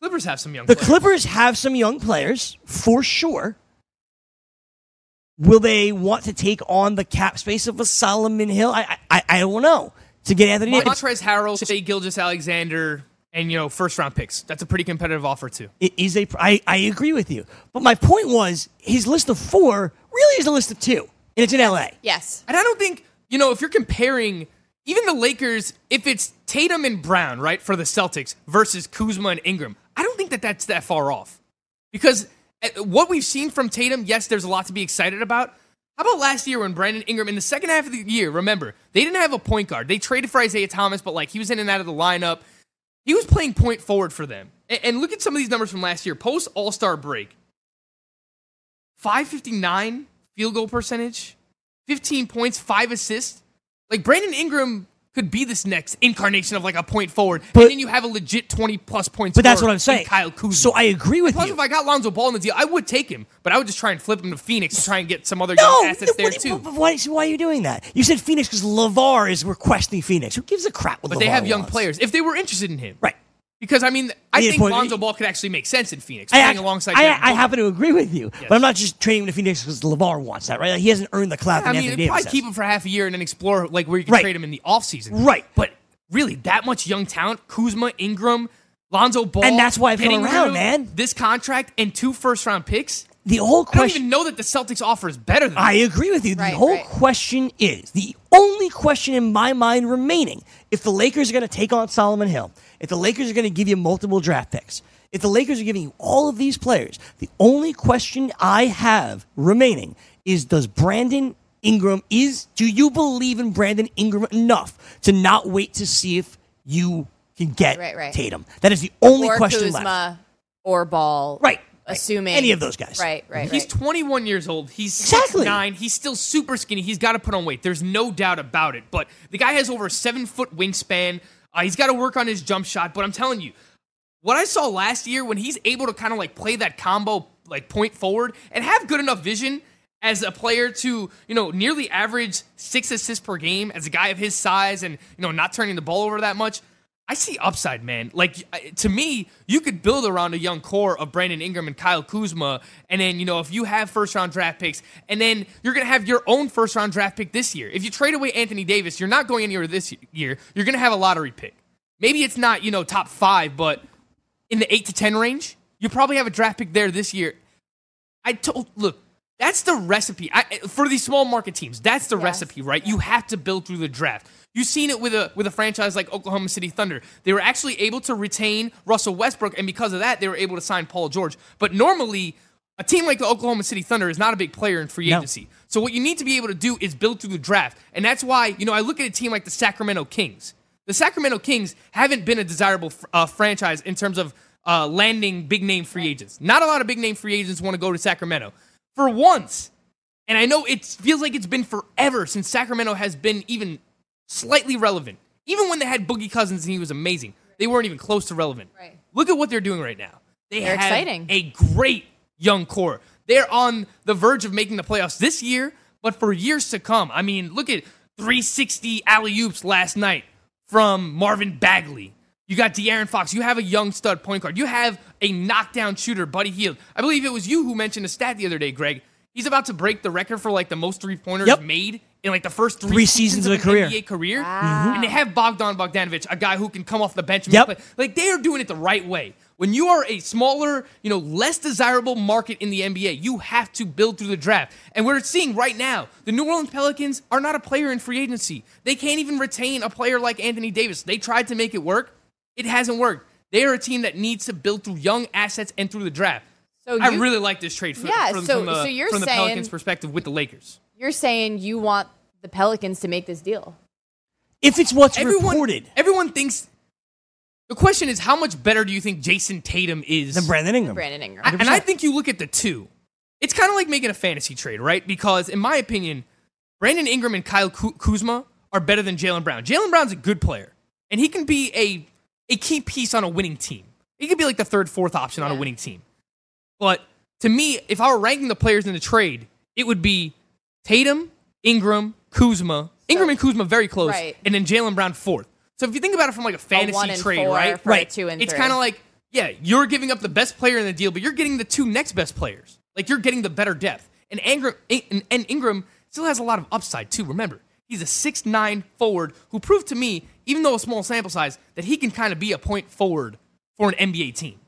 S4: Clippers have some young.
S9: The
S4: players.
S9: Clippers have some young players for sure. Will they want to take on the cap space of a Solomon Hill? I I, I don't know to get Anthony Davis.
S4: Montrezl Harrell, Shea Gilgis Alexander, and you know first round picks. That's a pretty competitive offer too.
S9: It is a. I, I agree with you, but my point was his list of four really is a list of two, and it's in L.A.
S5: Yes.
S4: And I don't think, you know, if you're comparing even the Lakers, if it's Tatum and Brown, right, for the Celtics versus Kuzma and Ingram, I don't think that that's that far off. Because uh, what we've seen from Tatum, yes, there's a lot to be excited about. How about last year when Brandon Ingram, in the second half of the year, remember, they didn't have a point guard. They traded for Isaiah Thomas, but like he was in and out of the lineup. He was playing point forward for them. And, and look at some of these numbers from last year post All Star break 559 field goal percentage. 15 points, five assists. Like Brandon Ingram could be this next incarnation of like a point forward,
S9: But-
S4: and then you have a legit 20 plus points.
S9: But that's what I'm saying.
S4: Kyle Kuzma.
S9: So I agree with
S4: Plus,
S9: you.
S4: if I got Lonzo Ball in the deal, I would take him, but I would just try and flip him to Phoenix and try and get some other
S9: no,
S4: young assets
S9: what-
S4: there
S9: what-
S4: too.
S9: but why, so why are you doing that? You said Phoenix because Levar is requesting Phoenix. Who gives a crap what
S4: but they have
S9: LeVar
S4: young
S9: wants?
S4: players. If they were interested in him,
S9: right?
S4: Because I mean, I
S9: Yeah,
S4: think
S9: point-
S4: Lonzo Ball could actually make sense in Phoenix
S9: I,
S4: playing
S9: ac-
S4: alongside.
S9: I,
S4: Devin
S9: I
S4: Booker.
S9: happen to agree with you, but I'm not just trading him to Phoenix because LeVar wants that, right? Like, he hasn't earned the clout.
S4: I
S9: that
S4: mean,
S9: Anthony
S4: they'd probably
S9: Davis
S4: keep
S9: has.
S4: him for half a year and then explore like where you can
S9: Right.
S4: trade him in the offseason.
S9: Right.
S4: But really, that much young talent, Kuzma, Ingram, Lonzo Ball.
S9: And that's why I've come
S4: getting rid
S9: around,
S4: of
S9: man.
S4: This contract and two first round picks.
S9: The whole
S4: I don't
S9: question.
S4: even know that the Celtics offer is better than
S9: I
S4: that.
S9: agree with you. The
S5: Right,
S9: whole
S5: right.
S9: question is the only question in my mind remaining if the Lakers are going to take on Solomon Hill, if the Lakers are going to give you multiple draft picks, if the Lakers are giving you all of these players, the only question I have remaining is does Brandon Ingram is do you believe in Brandon Ingram enough to not wait to see if you can get
S5: Right, right.
S9: Tatum? That is the only
S5: or
S9: question
S5: Kuzma
S9: left.
S5: or Ball.
S9: Right.
S5: Assuming
S9: Any of those guys.
S5: Right, right.
S4: He's
S5: right.
S4: 21 years old. He's
S9: Exactly.
S4: nine. He's still super skinny. He's got to put on weight. There's no doubt about it. But the guy has over a seven foot wingspan. Uh, he's got to work on his jump shot. But I'm telling you, what I saw last year when he's able to kind of like play that combo, like point forward, and have good enough vision as a player to you know nearly average six assists per game as a guy of his size and you know not turning the ball over that much. I see upside, man. Like I- to me, you could build around a young core of Brandon Ingram and Kyle Kuzma, and then you know if you have first round draft picks, and then you're gonna have your own first round draft pick this year. If you trade away Anthony Davis, you're not going anywhere this year. You're gonna have a lottery pick. Maybe it's not you know top five, but in the eight to ten range. You probably have a draft pick there this year. I told look, that's the recipe I, for these small market teams. That's the recipe, right? You have to build through the draft. You've seen it with a with a franchise like Oklahoma City Thunder. They were actually able to retain Russell Westbrook, and because of that, they were able to sign Paul George. But normally, a team like the Oklahoma City Thunder is not a big player in free
S9: No.
S4: agency. So what you need to be able to do is build through the draft, and that's why you know I look at a team like the Sacramento Kings. The Sacramento Kings haven't been a desirable fr- uh, franchise in terms of uh, landing big name free agents. Not a lot of big name free agents want to go to Sacramento. For once, and I know it feels like it's been forever since Sacramento has been even slightly relevant. Even when they had Boogie Cousins and he was amazing, they weren't even close to relevant.
S5: Right.
S4: Look at what they're doing right now. They
S5: They're
S4: have
S5: exciting.
S4: a great young core. They're on the verge of making the playoffs this year, but for years to come. I mean, look at 360 alley oops last night from Marvin Bagley. You got De'Aaron Fox. You have a young stud point guard. You have a knockdown shooter, Buddy Heald. I believe it was you who mentioned a stat the other day, Greg. He's about to break the record for like the most three pointers
S9: Yep.
S4: made in like the first three,
S9: Three seasons of a
S4: an
S9: career.
S4: NBA career. And they have Bogdan Bogdanovich, a guy who can come off the bench. And
S9: Yep.
S4: play. Like they are doing it the right way. When you are a smaller, you know, less desirable market in the NBA, you have to build through the draft. And we're seeing right now, the New Orleans Pelicans are not a player in free agency. They can't even retain a player like Anthony Davis. They tried to make it work. It hasn't worked. They are a team that needs to build through young assets and through the draft.
S5: So
S4: I
S5: you-
S4: really like this trade for,
S5: Yeah,
S4: from,
S5: so-
S4: from, uh,
S5: so you're
S4: from the
S5: saying-
S4: Pelicans' perspective with the Lakers.
S5: You're saying you want the Pelicans to make this deal.
S9: If it's what's reported
S4: Everyone thinks. The question is, how much better do you think Jason Tatum is?
S9: than Brandon Ingram.
S5: Brandon Ingram.
S4: I- and I think you look at the two. It's kind of like making a fantasy trade, right? Because in my opinion, Brandon Ingram and Kyle Ku- Kuzma are better than Jalen Brown. Jalen Brown's a good player, and he can be a a key piece on a winning team. He could be like the third, fourth option on a winning team. But to me, if I were ranking the players in the trade, it would be Tatum, Ingram, Kuzma. Ingram and Kuzma very close,
S5: Right.
S4: and then Jalen Brown fourth. So if you think about it from like a fantasy
S5: one and
S4: trade,
S5: four
S4: right?
S5: for a Right. two and
S4: it's
S5: three.
S4: kind of like yeah, you're giving up the best player in the deal, but you're getting the two next best players. Like you're getting the better depth, and Ingram and, and Ingram still has a lot of upside too. Remember, he's a six nine forward who proved to me, even though a small sample size, that he can kind of be a point forward for an NBA team.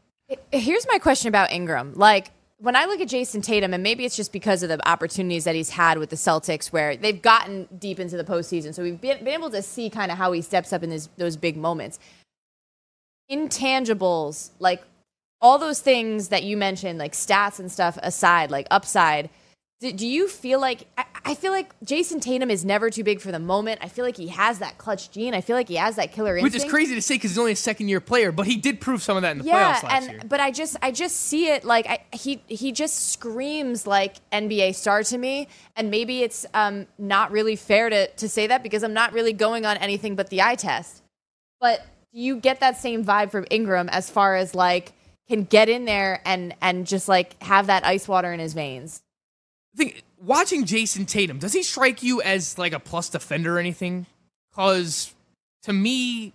S5: Here's my question about Ingram. Like, when I look at Jason Tatum, and maybe it's just because of the opportunities that he's had with the Celtics, where they've gotten deep into the postseason, so we've been, been able to see kind of how he steps up in these, those big moments. Intangibles, like all those things that you mentioned, like stats and stuff aside, like upside. Do, do you feel like I, I feel like Jason Tatum is never too big for the moment? I feel like he has that clutch gene. I feel like he has that killer instinct,
S4: Which is crazy to say because he's only a second year player, but he did prove some of that in the playoffs last
S5: and
S4: year.
S5: but I just I just see it like I, he he just screams like NBA star to me, and maybe it's um not really fair to to say that because I'm not really going on anything but the eye test. But do you get that same vibe from Ingram as far as like can get in there and and just like have that ice water in his veins?
S4: think watching Jason Tatum, does he strike you as like a plus defender or anything? Cause to me,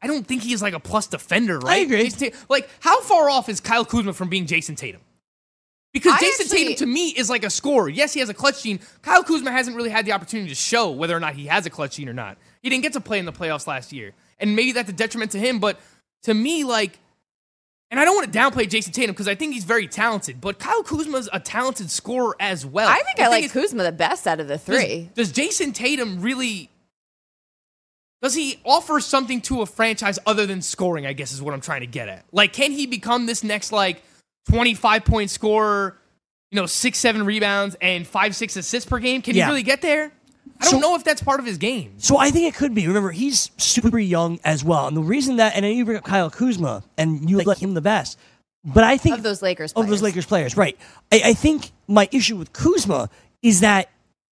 S4: I don't think he's like a plus defender, right?
S9: agree.
S4: Jason Tatum- like, how far off is Kyle Kuzma from being Jason Tatum? Because
S5: I
S4: Jason
S5: actually-
S4: Tatum to me is like a scorer. Yes, he has a clutch gene. Kyle Kuzma hasn't really had the opportunity to show whether or not he has a clutch gene or not. He didn't get to play in the playoffs last year, and maybe that's a detriment to him. But to me, like, and I don't want to downplay Jason Tatum because I think he's very talented. But Kyle Kuzma's a talented scorer as well.
S5: I think
S4: The
S5: I
S4: thing
S5: like
S4: is-
S5: Kuzma the best out of the
S4: does-
S5: three.
S4: Does, Jason Tatum really? Does he offer something to a franchise other than scoring? I guess is what I'm trying to get at. Like, can he become this next like 25 point scorer? You know, six, seven rebounds and five, six assists per game. Can
S9: Yeah.
S4: he really get there? I
S9: So-
S4: don't know if that's part of his game.
S9: So I think it could be. Remember, he's super young as well. And the reason that, and then you bring up Kyle Kuzma, and you like him the best. But I think
S5: Of those Lakers
S9: of
S5: players.
S9: those Lakers players, right? I, I think my issue with Kuzma is that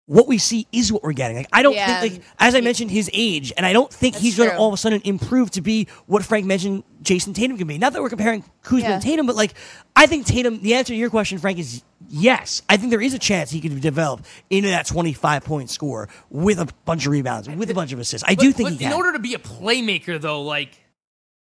S9: what we see is what we're getting. Like I don't
S5: Yeah.
S9: think, like as I mentioned, his age, and I don't think
S5: That's
S9: he's going to
S5: true.
S9: all of a sudden improve to be what Frank mentioned. Jason Tatum can be. Not that we're comparing Kuzma
S5: Yeah.
S9: and Tatum, but like I think Tatum. The answer to your question, Frank, is yes. I think there is a chance he could develop into that twenty-five point score with a bunch of rebounds, with a bunch of assists. I do think he
S4: in
S9: can.
S4: order to be a playmaker, though, like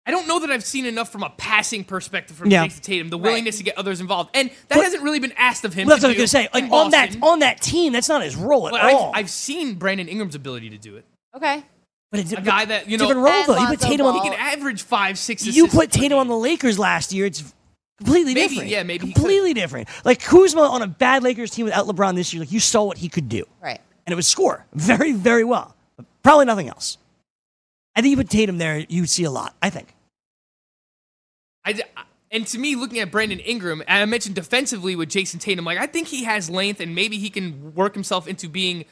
S4: I don't know that I've seen enough from a passing perspective from
S9: Yeah.
S4: Jason Tatum, the willingness to get others involved, and that
S9: But-
S4: hasn't really been asked of him.
S9: well, that's
S4: to
S9: what I was
S4: do
S9: gonna say.
S4: in
S9: Like on that
S4: Boston.
S9: on that team, that's not his role at
S4: But
S9: all.
S4: I've, I've seen Brandon Ingram's ability to do it.
S5: Okay.
S9: but it's
S4: A guy that you know,
S9: different role
S5: And
S9: though. You put
S5: Lonzo
S9: Tatum on
S5: Ball.
S4: he can average five, six.
S9: you
S4: assists
S9: put
S4: per
S9: Tatum on
S4: game.
S9: the Lakers last year, it's completely
S4: Maybe,
S9: different.
S4: yeah, maybe he could.
S9: completely different. Like Kuzma on a bad Lakers team without LeBron this year, like you saw what he could do,
S5: Right.
S9: and it was score very, very well. But probably nothing else. I think you put Tatum there, you see a lot. I think.
S4: I d- and to me, looking at Brandon Ingram, and I mentioned defensively with Jason Tatum, like I think he has length, and maybe he can work himself into being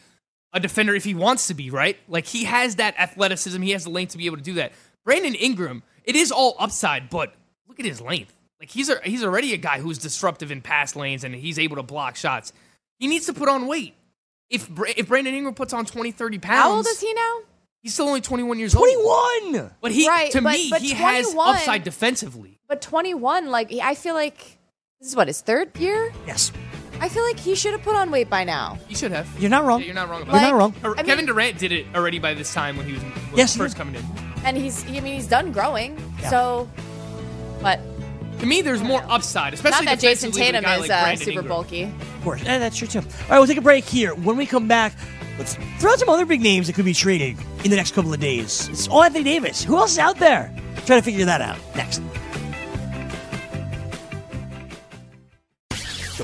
S4: a defender if he wants to be. Right? Like he has that athleticism, he has the length to be able to do that. Brandon Ingram, it is all upside, but look at his length. Like he's a, he's already a guy who's disruptive in pass lanes, and he's able to block shots. He needs to put on weight. If Bra- if Brandon Ingram puts on 20, 30 pounds,
S5: How old is he now?
S4: He's still only 21 years old.
S9: Twenty-one.
S4: But he,
S5: Right,
S4: to
S5: but-
S4: me,
S5: but
S4: he has
S5: 21
S4: upside defensively.
S5: But 21, like, I feel like this is what, his third year?
S9: Yes,
S5: I feel like he should have put on weight by now.
S4: He should have.
S9: you're not wrong.
S4: Yeah, you're not wrong about
S9: You're
S5: Like-
S9: not wrong.
S4: that. Or-
S5: I mean-
S4: Kevin Durant did it already by this time when he was when he
S9: Yes, he
S4: first
S9: did.
S4: coming in.
S5: And he's, I mean, he's done growing.
S9: Yeah.
S5: So, but
S4: To me, there's more upside, especially
S5: not that Jason
S4: defensively with a
S5: Tatum
S4: guy
S5: is
S4: like
S5: uh,
S4: Brandon
S5: super
S4: Ingram.
S5: bulky.
S9: Of course, Eh, that's true too. All right, we'll take a break here. When we come back, let's throw out some other big names that could be traded in the next couple of days. It's all Anthony Davis. Who else is out there? Try to figure that out next.
S2: The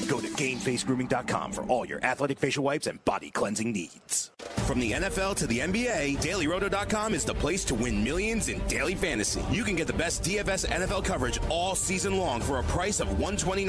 S2: Go to GameFaceGrooming.com for all your athletic facial wipes and body cleansing needs. From the NFL to the NBA, DailyRoto.com is the place to win millions in daily fantasy. You can get the best DFS NFL coverage all season long for a price of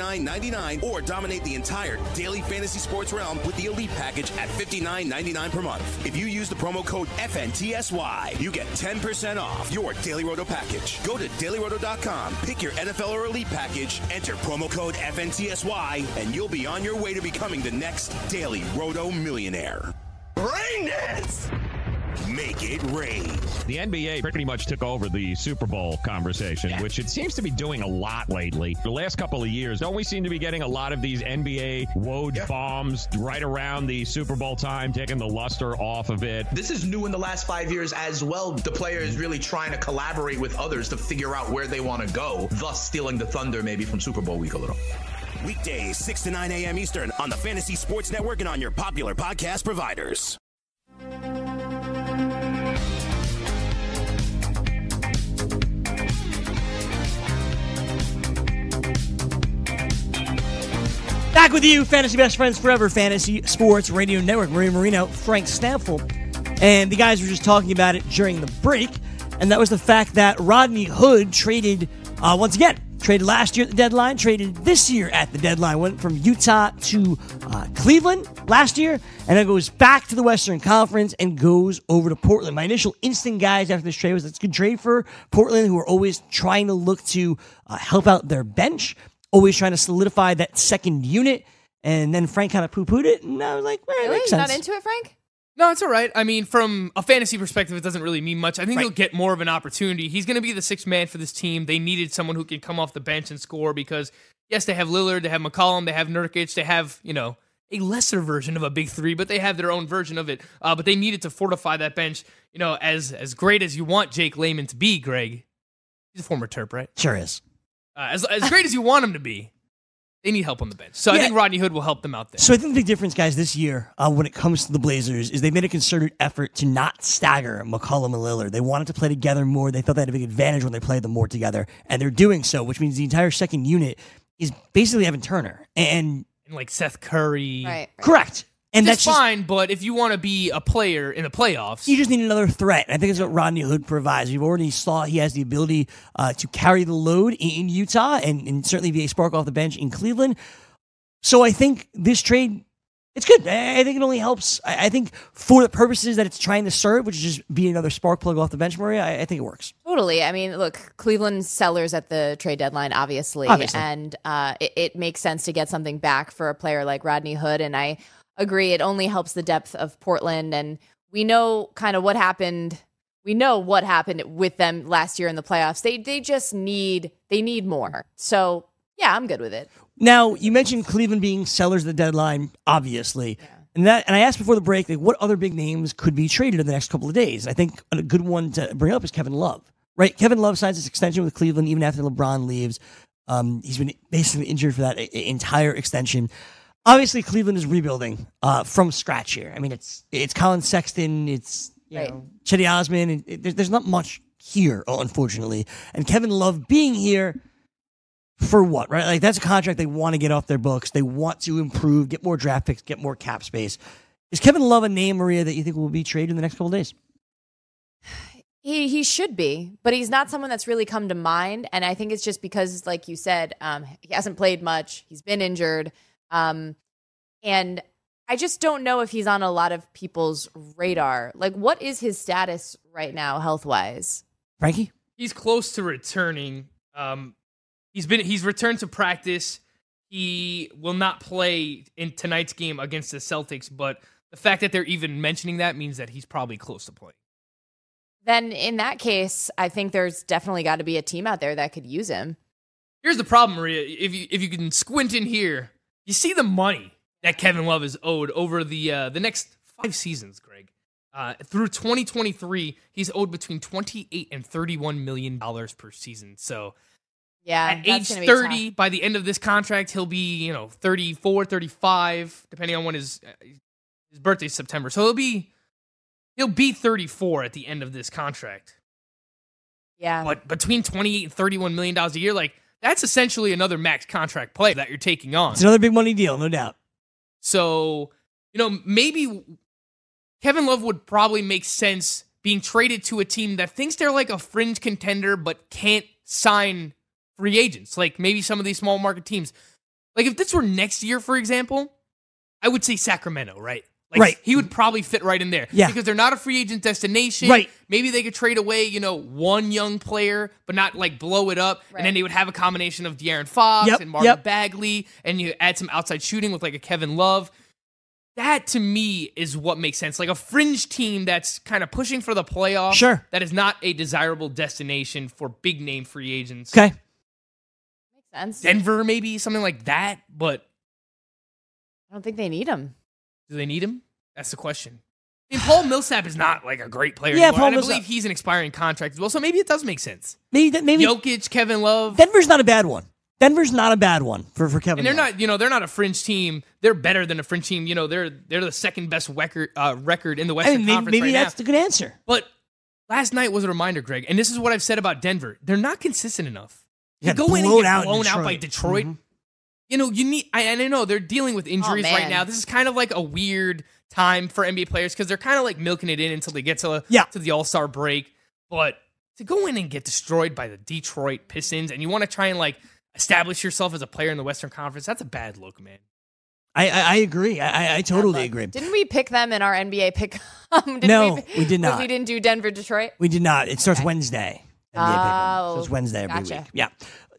S2: $129.99 or dominate the entire daily fantasy sports realm with the Elite Package at $59.99 per month. If you use the promo code FNTSY, you get 10% off your Daily Roto package. Go to dailyroto.com, pick your NFL or Elite package, enter promo code FNTSY, and you'll be on your way to becoming the next Daily Roto millionaire. Rain dance! Make it rain.
S10: The NBA pretty much took over the Super Bowl conversation, which it seems to be doing a lot lately. The last couple of years, don't we seem to be getting a lot of these NBA woad bombs right around the Super Bowl time, taking the luster off of it?
S8: This is new in the last five years as well. The player is really trying to collaborate with others to figure out where they want to go, thus stealing the thunder maybe from Super Bowl week a little.
S2: Weekdays, 6 to 9 a.m. Eastern on the Fantasy Sports Network and on your popular podcast providers.
S9: Back with you, Fantasy Best Friends Forever, Fantasy Sports Radio Network. Maria Marino, Frank Stanfield. And the guys were just talking about it during the break. And that was the fact that Rodney Hood traded, uh, once again, traded last year at the deadline, traded this year at the deadline, went from Utah to uh, Cleveland last year, and then goes back to the Western Conference and goes over to Portland. My initial instinct guys after this trade was that's a good trade for Portland, who are always trying to look to uh, help out their bench always trying to solidify that second unit. And then Frank kind of poo pooed it, and I was like, well, it
S5: Really?
S9: makes
S5: Not
S9: sense.
S5: into it, Frank?
S4: No, it's all right. I mean, from a fantasy perspective, it doesn't really mean much. I think he'll get more of an opportunity. He's going to be the sixth man for this team. They needed someone who can come off the bench and score because, yes, they have Lillard, they have McCollum, they have Nurkic, they have, you know, a lesser version of a big three, but they have their own version of it. Uh, but they needed to fortify that bench. You know, as as great as you want Jake Lehman to be, Greg, he's a former Terp, right?
S9: Sure is.
S4: Uh, as, as great as you want him to be, they need help on the bench. So I
S9: Yeah.
S4: think Rodney Hood will help them out there.
S9: So I think the big difference, guys, this year uh, when it comes to the Blazers is they made a concerted effort to not stagger McCollum and Lillard. They wanted to play together more. They thought they had a big advantage when they played them more together, and they're doing so, which means the entire second unit is basically Evan Turner and
S4: And like Seth Curry. Right.
S9: correct. And that's just,
S4: fine, but if you want to be a player in the playoffs,
S9: You just need another threat. And I think that's what Rodney Hood provides. We've already saw he has the ability uh, to carry the load in, in Utah and, and certainly be a spark off the bench in Cleveland. So I think this trade, it's good. I, I think it only helps. I, I think for the purposes that it's trying to serve, which is just be another spark plug off the bench, Maria, I, I think it works.
S5: Totally. I mean, look, Cleveland sellers at the trade deadline, obviously,
S9: Obviously.
S5: and uh, it, it makes sense to get something back for a player like Rodney Hood. And I agree, it only helps the depth of Portland, and we know kind of what happened. We know what happened with them last year in the playoffs. They they just need they need more. So yeah, I'm good with it.
S9: Now, you mentioned Cleveland being sellers at the deadline, obviously. And that and I asked before the break, like what other big names could be traded in the next couple of days? I think a good one to bring up is Kevin Love. Right? Kevin Love signs his extension with Cleveland even after LeBron leaves. Um, he's been basically injured for that i- entire extension. Obviously, Cleveland is rebuilding uh, from scratch here. I mean, it's it's Colin Sexton, it's you
S5: Right.
S9: know, Chetty Osman, and it, there- there's not much here, unfortunately. And Kevin Love being here for what, right? Like that's a contract they want to get off their books. They want to improve, get more draft picks, get more cap space. Is Kevin Love a name, Maria, that you think will be traded in the next couple of days?
S5: He he should be, but he's not someone that's really come to mind. And I think it's just because, like you said, um, he hasn't played much. He's been injured, um, and I just don't know if he's on a lot of people's radar. Like, what is his status right now, health wise?
S9: Frankie?
S4: he's close to returning. Um, he's been he's returned to practice. He will not play in tonight's game against the Celtics, but the fact that they're even mentioning that means that he's probably close to playing.
S5: Then in that case, I think there's definitely got to be a team out there that could use him.
S4: Here's the problem, Maria. If you if you can squint in here, you see the money that Kevin Love is owed over the uh, the next five seasons, Greg. Uh, through 2023, he's owed between 28 and 31 million dollars per season. So
S5: Yeah,
S4: at age
S5: that's gonna be
S4: 30 by the end of this contract he'll be you know 34 35 depending on when his uh, his birthday's september so he'll be he'll be 34 at the end of this contract
S5: Yeah,
S4: but between 28 and 31 million dollars a year like that's essentially another max contract play that you're taking on
S9: It's another big money deal, no doubt.
S4: so, you know, maybe Kevin Love would probably make sense being traded to a team that thinks they're like a fringe contender but can't sign free agents, like maybe some of these small market teams. Like if this were next year, for example, I would say Sacramento, right? Like
S9: Right.
S4: he would probably fit right in there.
S9: Yeah.
S4: Because they're not a free agent destination.
S9: Right.
S4: Maybe they could trade away, you know, one young player, but not like blow it up. And then they would have a combination of De'Aaron Fox
S9: Yep,
S4: and Marvin
S9: yep.
S4: Bagley, and you add some outside shooting with like a Kevin Love. That to me is what makes sense. Like a fringe team that's kind of pushing for the playoff.
S9: Sure.
S4: That is not a desirable destination for big name free agents.
S9: Okay.
S5: sense.
S4: Denver, maybe something like that, but
S5: I don't think they need him.
S4: do they need him? That's the question. I mean, Paul Millsap is not like a great player.
S9: Yeah,
S4: anymore,
S9: Paul
S4: and I
S9: Millsap-
S4: believe he's an expiring contract as well. So maybe it does make sense.
S9: Maybe that maybe
S4: Jokic, Kevin Love,
S9: Denver's not a bad one. Denver's not a bad one for, for Kevin.
S4: and they're
S9: Love.
S4: not you know they're not a fringe team. They're better than a fringe team. You know they're they're the second best record uh, record in the Western
S9: I mean, maybe,
S4: Conference
S9: maybe
S4: right
S9: that's
S4: now.
S9: the good answer.
S4: But last night was a reminder, Greg, and this is what I've said about Denver. They're not consistent enough. They
S9: Yeah,
S4: go in and
S9: blown
S4: get
S9: out in
S4: blown out by
S9: Detroit. Mm-hmm.
S4: Detroit. you know, you need. I, and I know they're dealing with injuries right
S5: man.
S4: now. This is kind of like a weird time for NBA players because they're kind of like milking it in until they get to
S9: Yeah.
S4: to the All Star break. But to go in and get destroyed by the Detroit Pistons, and you want to try and like establish yourself as a player in the Western Conference, that's a bad look, man.
S9: I I, I agree. I I, I totally agree.
S5: Didn't we pick them in our NBA pick? [LAUGHS] did
S9: No,
S5: we,
S9: we did
S5: well,
S9: not.
S5: We didn't do Denver, Detroit.
S9: We did not. It starts Wednesday.
S5: Oh,
S9: So it's Wednesday every
S5: gotcha.
S9: week. Yeah.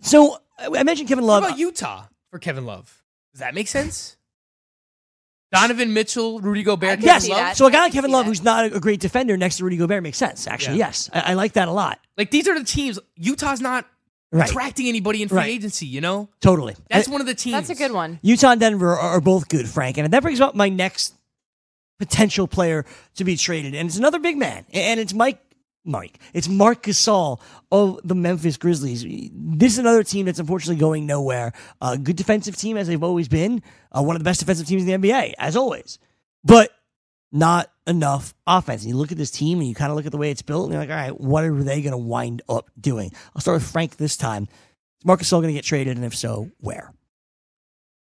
S9: So I I mentioned Kevin Love.
S4: What about Utah for Kevin Love? Does that make sense? Donovan Mitchell, Rudy Gobert, Kevin
S9: Uh, yes.
S4: Love.
S9: So a guy like Kevin Love, who's not a great defender, next to Rudy Gobert makes sense. Actually,
S4: Yeah.
S9: yes, I, I like that a lot.
S4: Like these are the teams. Utah's not
S9: Right.
S4: attracting anybody in free
S9: Right.
S4: agency. You know,
S9: Totally.
S4: that's
S9: And
S4: one of the teams.
S5: That's a good one.
S9: Utah and Denver are, are both good, Frank, and that brings up my next potential player to be traded, and it's another big man, and it's Mike. Mike, it's Mark Gasol of the Memphis Grizzlies. This is another team that's unfortunately going nowhere. A good defensive team, as they've always been, uh, one of the best defensive teams in the NBA, as always. But not enough offense. And you look at this team and you kind of look at the way it's built, and you're like, all right, what are they going to wind up doing? I'll start with Frank this time. Is Marcus Gasol going to get traded, and if so, where?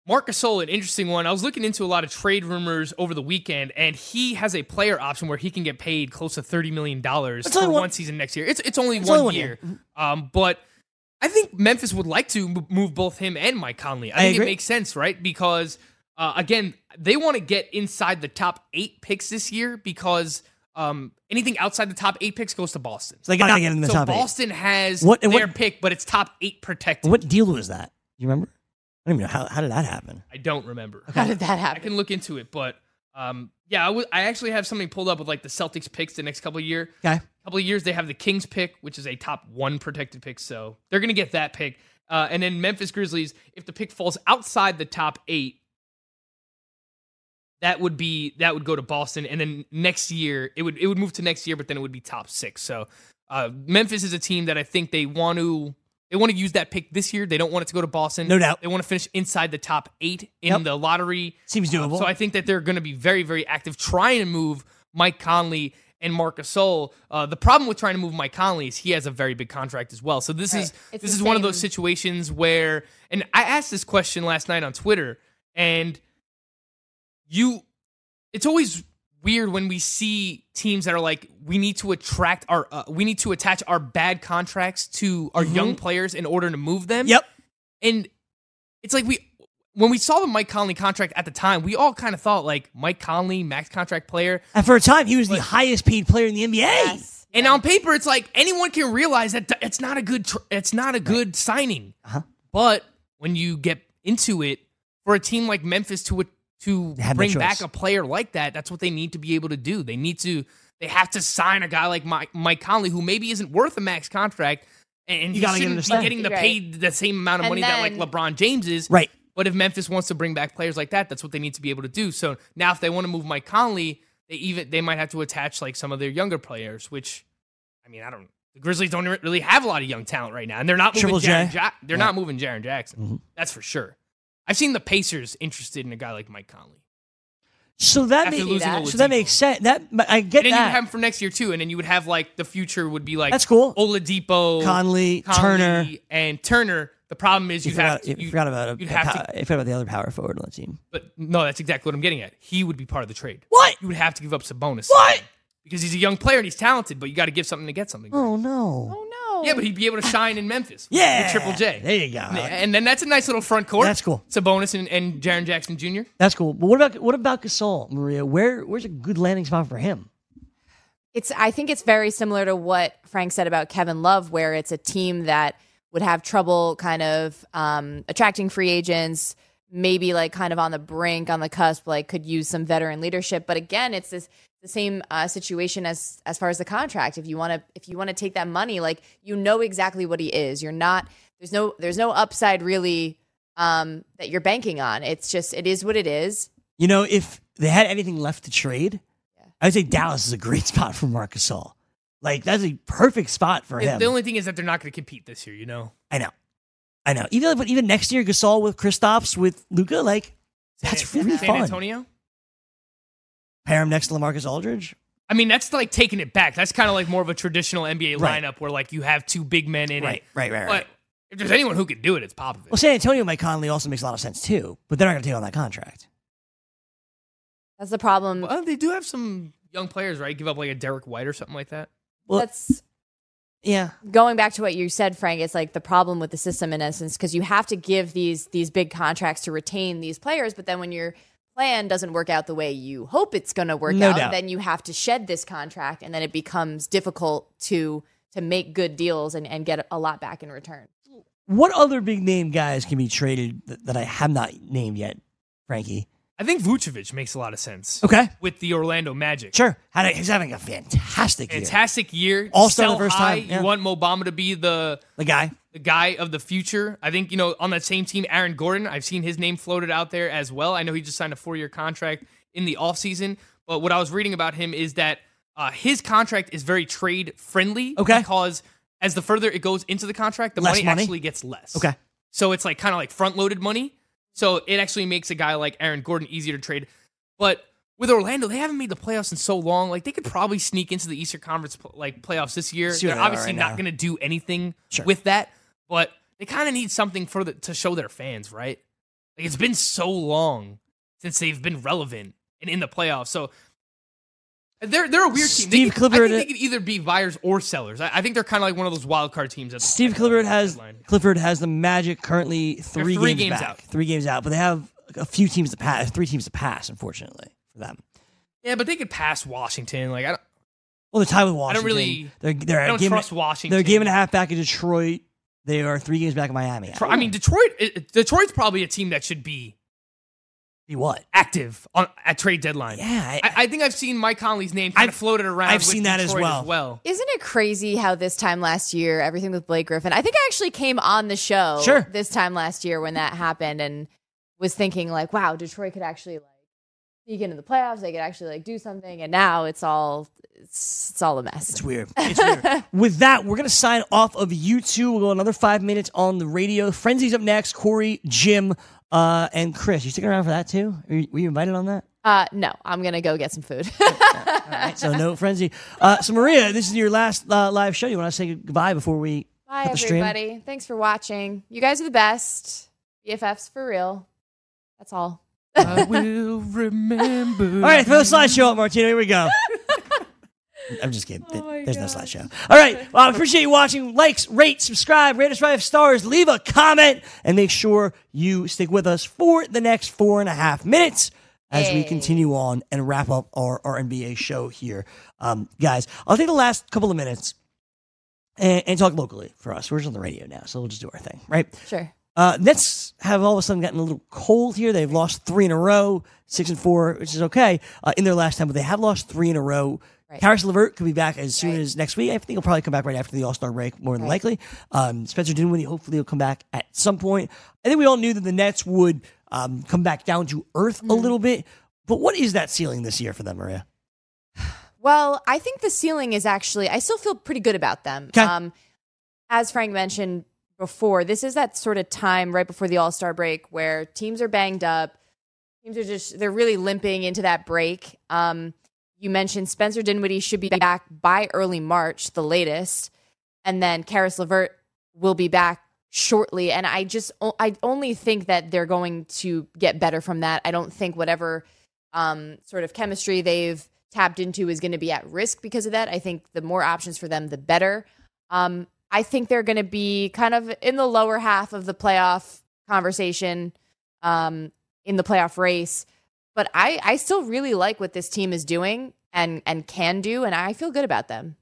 S4: Marc Gasol, an interesting one. I was looking into a lot of trade rumors over the weekend, and he has a player option where he can get paid close to thirty million dollars
S9: It's
S4: for
S9: only
S4: one,
S9: one-
S4: season next year. It's it's only,
S9: It's
S4: one,
S9: only one Mm-hmm.
S4: year. Um, but I think Memphis would like to m- move both him and Mike Conley. I,
S9: I
S4: think it
S9: agree.
S4: makes sense, right? Because uh, again, they want to get inside the top eight picks this year because um, anything outside the top eight picks goes to Boston.
S9: So they gotta get in the
S4: So
S9: top eight.
S4: Boston has
S9: What- and
S4: their
S9: what-
S4: pick, but it's top eight protected.
S9: What deal was that? You remember? I don't even know how, how did that happen.
S4: I don't remember.
S5: [LAUGHS] How did that
S4: I
S5: happen?
S4: can look into it, but um, yeah, I would- I actually have something pulled up with like the Celtics picks the next couple of year.
S9: Okay.
S4: Couple of years they have the Kings pick, which is a top one protected pick, so they're gonna get that pick. Uh, and then Memphis Grizzlies, if the pick falls outside the top eight, that would be that would go to Boston, and then next year it would it would move to next year, but then it would be top six. So uh, Memphis is a team that I think they want to they want to use that pick this year. They don't want it to go to Boston.
S9: No doubt.
S4: They want to finish inside the top eight in
S9: Yep.
S4: the lottery.
S9: Seems doable.
S4: Uh, So I think that they're going to be very, very active trying to move Mike Conley and Marcus Sol. Uh, the problem with trying to move Mike Conley is he has a very big contract as well. So this is
S5: It's
S4: this
S5: the
S4: is one of those
S5: same-
S4: situations where, and I asked this question last night on Twitter, and you, it's always weird when we see teams that are like we need to attract our uh, we need to attach our bad contracts to our young players in order to move them
S9: Mm-hmm. Yep.
S4: and it's like we when we saw the Mike Conley contract at the time, we all kind of thought like Mike Conley, max contract player.
S9: And for a time, he was the highest paid player in the NBA.
S5: Yes.
S4: And on paper, it's like anyone can realize that it's not a good tr- it's not a good signing.
S9: Uh-huh.
S4: But when you get into it for a team like Memphis to to
S9: had no
S4: bring
S9: choice.
S4: back a player like that, that's what they need to be able to do. They need to they have to sign a guy like Mike, Mike Conley who maybe isn't worth a max contract. And and
S9: You
S4: he
S9: gotta get him
S4: shouldn't
S9: to
S4: be
S9: sign.
S4: getting the
S5: Right.
S4: paid the same amount of
S5: And
S4: money that
S5: then-
S4: like LeBron James is.
S9: Right.
S4: But if Memphis wants to bring back players like that, that's what they need to be able to do. So now, if they want to move Mike Conley, they even they might have to attach like some of their younger players. Which, I mean, I don't. The Grizzlies don't re- really have a lot of young talent right now, and they're not moving
S9: Triple J. Mm-hmm.
S4: Jaren Ja- they're not moving Jaron Jackson. That's for sure. I've seen the Pacers interested in a guy like Mike Conley.
S9: So that
S4: After
S9: makes
S4: losing to
S9: so that
S4: Oladipo.
S9: makes sense. That I get
S4: And then you would
S9: that.
S4: have him for next year too, and then you would have like the future would be like
S9: That's cool.
S4: Oladipo,
S9: Conley, Turner.
S4: and Turner. The problem is
S9: You
S4: you
S9: forgot,
S4: have
S9: you
S4: to, you,
S9: forgot about a,
S4: you'd
S9: a
S4: have
S9: pow-
S4: to-
S9: you forgot about the other power forward on the team.
S4: But no, that's exactly what I'm getting at. He would be part of the trade.
S9: What?
S4: You would have to give up some bonus.
S9: What?
S4: Because he's a young player and he's talented, but you got to give something to get something.
S9: Oh no!
S5: Oh no.
S4: Yeah, but he'd be able to shine in Memphis. with
S9: Yeah,
S4: Triple J.
S9: There you go.
S4: And then that's a nice little front court.
S9: That's cool.
S4: Sabonis and, and Jaron Jackson Jr.
S9: That's cool. But what about what about Gasol, Maria? Where where's a good landing spot for him?
S5: it's I think it's very similar to what Frank said about Kevin Love, where it's a team that would have trouble kind of um, attracting free agents, maybe like kind of on the brink, on the cusp, like could use some veteran leadership. But again, it's this the same uh, situation as as far as the contract. If you want to if you want to take that money, like you know exactly what he is. You're not there's no there's no upside really um, that you're banking on. It's just it is what it is.
S9: You know, if they had anything left to trade, I would say Dallas is a great [LAUGHS] spot for Marc Gasol. Like that's a perfect spot for him.
S4: The only thing is that they're not going to compete this year, you know?
S9: I know, I know. Even but even next year, Gasol with Kristaps with Luca, like that's
S4: San,
S9: really
S4: San
S9: fun.
S4: Antonio?
S9: Pair him next to Lamarcus Aldridge.
S4: I mean, that's like taking it back. That's kind of like more of a traditional NBA
S9: Right.
S4: lineup where like you have two big men in
S9: Right,
S4: it.
S9: right, right,
S4: But
S9: right.
S4: If there's anyone who can do it, it's Popovich.
S9: Well, San Antonio Mike Conley also makes a lot of sense too, but they're not going to take on that contract.
S5: That's the problem.
S4: Well, they do have some young players, right? Give up like a Derek White or something like that.
S5: That's
S9: yeah.
S5: Going back to what you said, Frank, it's like the problem with the system in essence because you have to give these these big contracts to retain these players, but then when your plan doesn't work out the way you hope it's going to work
S9: No
S5: out,
S9: doubt.
S5: then you have to shed this contract, and then it becomes difficult to to make good deals and, and get a lot back in return.
S9: What other big name guys can be traded that, that I have not named yet, Frankie?
S4: I think Vucevic makes a lot of sense.
S9: Okay.
S4: With the Orlando Magic.
S9: Sure. Had a- he's having a fantastic year.
S4: Fantastic year.
S9: All-star
S4: Sell
S9: the first
S4: high.
S9: time, yeah.
S4: You want Mobama to be the
S9: The guy.
S4: the guy of the future. I think, you know, on that same team, Aaron Gordon, I've seen his name floated out there as well. I know he just signed a four year contract in the offseason, but what I was reading about him is that uh, his contract is very trade friendly.
S9: Okay.
S4: Because as the further it goes into the contract, the
S9: Less
S4: money,
S9: money?
S4: actually gets less.
S9: Okay.
S4: So it's like kind of like front loaded money. So it actually makes a guy like Aaron Gordon easier to trade. But with Orlando, they haven't made the playoffs in so long. Like they could probably sneak into the Eastern Conference like playoffs this year.
S9: See where
S4: They're
S9: they are
S4: obviously
S9: right
S4: not
S9: now.
S4: going to do anything
S9: Sure.
S4: with that, but they kind of need something for the, to show their fans, right? Like it's been so long since they've been relevant and in the playoffs. So they're they're a weird team. They
S9: Steve
S4: could- I
S9: Clifford-
S4: think they could either be buyers or sellers. I, I think they're kind of like one of those wild card teams. That's
S9: Steve Clifford has Clifford has the Magic currently three,
S4: three
S9: games,
S4: games
S9: back,
S4: out.
S9: three games out, but they have a few teams to pass, three teams to pass, unfortunately for them.
S4: yeah, but they could pass Washington. Like I don't.
S9: Well, they're tied with Washington.
S4: really-
S9: They're, they're
S4: I
S9: a
S4: don't
S9: game,
S4: trust Washington.
S9: They're a game and a half back of Detroit. They are three games back of Miami.
S4: Tro- I mean, Detroit. it- it- Detroit's probably a team that should be
S9: be what?
S4: active on at trade deadline.
S9: Yeah, I-
S4: I, I think I've seen Mike Conley's name kind of floated around.
S9: I've
S4: with
S9: seen that as
S4: Detroit
S9: well.
S4: As well.
S5: Isn't it crazy how this time last year, everything with Blake Griffin? I think I actually came on the show
S9: Sure.
S5: this time last year when that happened and was thinking like, wow, Detroit could actually like sneak into the playoffs. They could actually like do something. And now it's all it's, it's all a mess.
S9: It's weird. It's
S5: [LAUGHS]
S9: weird. With that, we're gonna sign off of you two. We'll go another five minutes on the radio. Frenzy's up next. Corey, Jim, uh, and Chris. You sticking around for that too? Are you, were you invited on
S5: [LAUGHS]
S9: that?
S5: Uh, no, I'm gonna go get some food. [LAUGHS]
S9: Alright, so no frenzy. Uh, so Maria, this is your last uh, live show. You want to say goodbye before we
S5: Bye,
S9: cut the stream?
S5: everybody. Thanks for watching. You guys are the best. BFFs for real. That's all.
S4: I will remember.
S9: All right, for the slideshow, up, Martino. Here we go. [LAUGHS] Oh I'm just kidding. There's no slideshow. All right. Well, I appreciate you watching. Likes, rate, subscribe, rate us five stars, leave a comment, and make sure you stick with us for the next four and a half minutes as we
S5: Hey.
S9: continue on and wrap up our, our NBA show here. Um, guys, I'll take the last couple of minutes and, and talk locally for us. We're just on the radio now, so we'll just do our thing, right?
S5: Sure.
S9: Uh, Nets have all of a sudden gotten a little cold here. They've lost three in a row, six and four, which is okay uh, in their last time, but they have lost three in a row.
S5: Right.
S9: Karis Levert could be back as soon as next week. I think he'll probably come back right after the All Star break, more than likely. Um, Spencer Dinwiddie hopefully will come back at some point. I think we all knew that the Nets would um, come back down to earth a little bit, but what is that ceiling this year for them, Maria?
S5: Well, I think the ceiling is actually, I still feel pretty good about them.
S9: Okay.
S5: Um, as Frank mentioned before, this is that sort of time right before the All Star break where teams are banged up. Teams are just, they're really limping into that break. Um, you mentioned Spencer Dinwiddie should be back by early March, the latest. And then Karis Levert will be back shortly. And I just, I only think that they're going to get better from that. I don't think whatever um, sort of chemistry they've tapped into is going to be at risk because of that. I think the more options for them, the better. Um, I think they're going to be kind of in the lower half of the playoff conversation, um, in the playoff race. But I, I still really like what this team is doing and, and can do, and I feel good about them.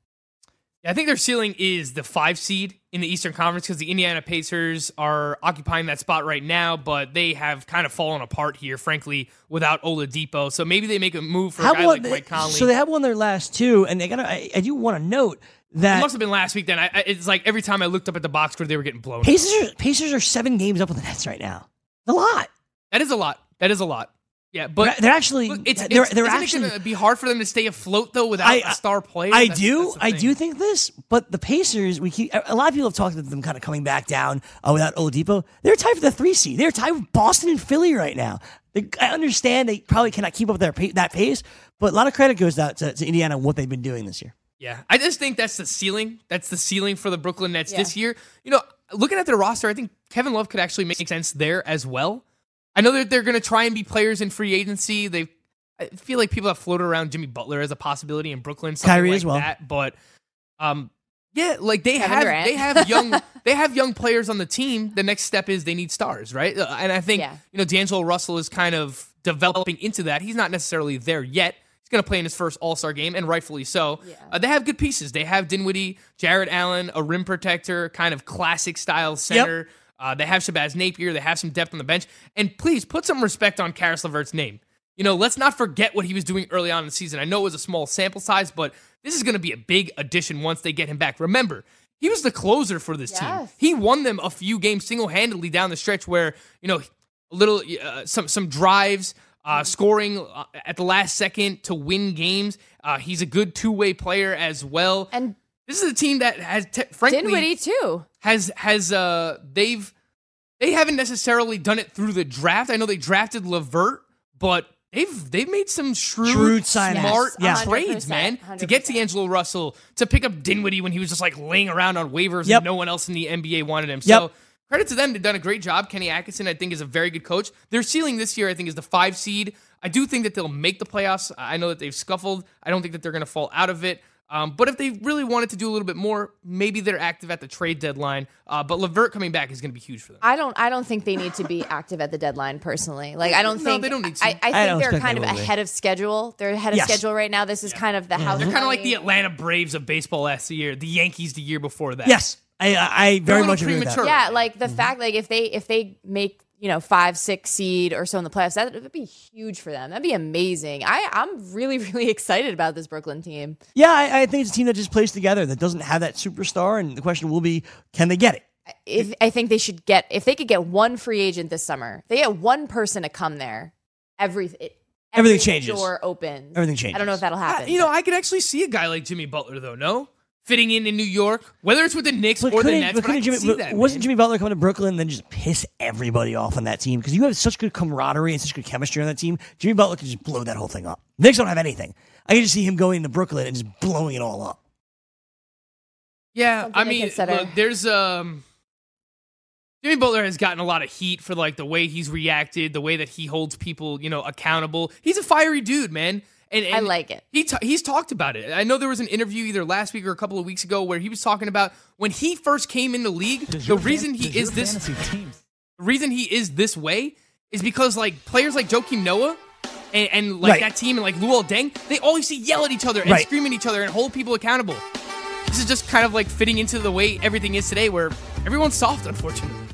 S4: Yeah, I think their ceiling is the five seed in the Eastern Conference because the Indiana Pacers are occupying that spot right now, but they have kind of fallen apart here, frankly, without Oladipo. So maybe they make a move for a guy like Mike Conley.
S9: so they have won their last two, and they got. I, I do want to note
S4: it
S9: that
S4: must have been last week. Then I, I, it's like every time I looked up at the box score, they were getting blown.
S9: Pacers are, Pacers are seven games up with the Nets right now. A lot.
S4: That is a lot. That is a lot. Yeah, but
S9: they're actually
S4: look, it's,
S9: they're,
S4: it's-
S9: they're
S4: isn't
S9: actually
S4: it going to be hard for them to stay afloat though without
S9: I-
S4: a star player.
S9: I
S4: That's-
S9: do.
S4: that's the
S9: I
S4: thing.
S9: do think this, but the Pacers, we keep a lot of people have talked about them kind of coming back down uh, without Oladipo. They're tied for the three seed. They're tied with Boston and Philly right now. They, I understand they probably cannot keep up their pa- that pace, but a lot of credit goes out to, to Indiana and what they've been doing this year.
S4: Yeah, I just think that's the ceiling. That's the ceiling for the Brooklyn Nets
S5: Yeah.
S4: this year. You know, looking at their roster, I think Kevin Love could actually make sense there as well. I know that they're going to try and be players in free agency. They, I feel like people have floated around Jimmy Butler as a possibility in Brooklyn, something
S9: Kyrie
S4: like
S9: as well.
S4: that. But, um, yeah, like they
S9: Kevin
S4: have
S9: Durant.
S4: they
S9: [LAUGHS]
S4: have young they have young players on the team. The next step is they need stars, right? Uh, And I think you know D'Angelo Russell is kind of developing into that. He's not necessarily there yet. He's going to play in his first All Star game, and rightfully so. Uh, they have good pieces. They have Dinwiddie, Jared Allen, a rim protector, kind of classic style center. Uh, they have Shabazz Napier. They have some depth on the bench. And please put some respect on Karis Levert's name. You know, let's not forget what he was doing early on in the season. I know it was a small sample size, but this is going to be a big addition once they get him back. Remember, he was the closer for this team.
S11: Yes.
S4: He won them a few games single handedly down the stretch where, you know, a little, uh, some, some drives,
S5: Mm-hmm.
S4: uh, scoring uh, at the last second to win games. Uh, he's a good two way player as well.
S5: And
S4: this is a team that has, te- frankly,
S5: Dinwiddie too.
S4: has has uh they've they haven't necessarily done it through the draft. I know they drafted Lavert, but they've they've made some shrewd,
S9: Shrewd signings.
S4: smart
S9: Yes, yeah.
S4: trades, man.
S9: 100%,
S4: To get to Angelo Russell, to pick up Dinwiddie when he was just like laying around on waivers
S9: Yep.
S4: and no one else in the NBA wanted him.
S9: Yep.
S4: So credit to them. They've done a great job. Kenny Atkinson, I think, is a very good coach. Their ceiling this year, I think, is the five seed. I do think that they'll make the playoffs. I know that they've scuffled. I don't think that they're going to fall out of it. Um, but if they really wanted to do a little bit more, maybe they're active at the trade deadline. Uh, but Levert coming back is going to be huge for them.
S5: I don't. I don't think they need to
S4: [LAUGHS]
S5: be active at the deadline. Personally, like I don't
S4: No,
S5: think
S4: they don't need to.
S5: I, I think
S4: I don't
S5: they're
S4: think
S5: kind
S4: they
S5: of
S4: will be.
S5: ahead of schedule. They're ahead of
S4: Yes.
S5: schedule right now. This is kind of the house.
S4: They're kind of like
S5: money.
S4: the Atlanta Braves of baseball last year, the Yankees the year before that.
S9: Yes, I I, I very
S4: little
S9: much agree with that.
S5: Yeah, like the
S9: Mm-hmm.
S5: fact like if they if they make you know five six seed or so in the playoffs, that would be huge for them. That'd be amazing. I I'm really [LAUGHS] really excited about this Brooklyn team.
S9: Yeah, I, I think it's a team that just plays together that doesn't have that superstar, and the question will be, can they get it?
S5: If I think they should get if they could get one free agent this summer, they get one person to come there. Every it,
S9: Everything
S5: every
S9: changes.
S5: Door opens.
S9: Everything Uh,
S5: I don't know if that'll happen.
S4: I- you know, I could actually see a guy like Jimmy Butler though. No, fitting in in New York, whether it's with the Knicks or the
S9: Couldn't-
S4: Nets.
S9: but
S4: But I
S9: couldn't
S4: could
S9: Jimmy-
S4: see
S9: but
S4: that.
S9: wasn't Jimmy Butler coming to Brooklyn and then just piss everybody off on that team because you have such good camaraderie and such good chemistry on that team. Jimmy Butler could just blow that whole thing up. Knicks don't have anything. I can just see him going into Brooklyn and just blowing it all up.
S4: Yeah,
S5: Something
S4: I
S5: to
S4: mean,
S5: consider.
S4: look, there's um, Jimmy Butler has gotten a lot of heat for like the way he's reacted, the way that he holds people, you know, accountable. He's a fiery dude, man. And, and
S5: I like it.
S4: He ta- he's talked about it. I know there was an interview either last week or a couple of weeks ago where he was talking about when he first came in the league. The reason he is this the reason he is this way is because like players like Joakim Noah and, and like
S9: Right.
S4: that team and like Luol Deng, they all used to yell at each other and
S9: Right.
S4: scream at each other and hold people accountable. This is just kind of like fitting into the way everything is today, where everyone's soft, unfortunately.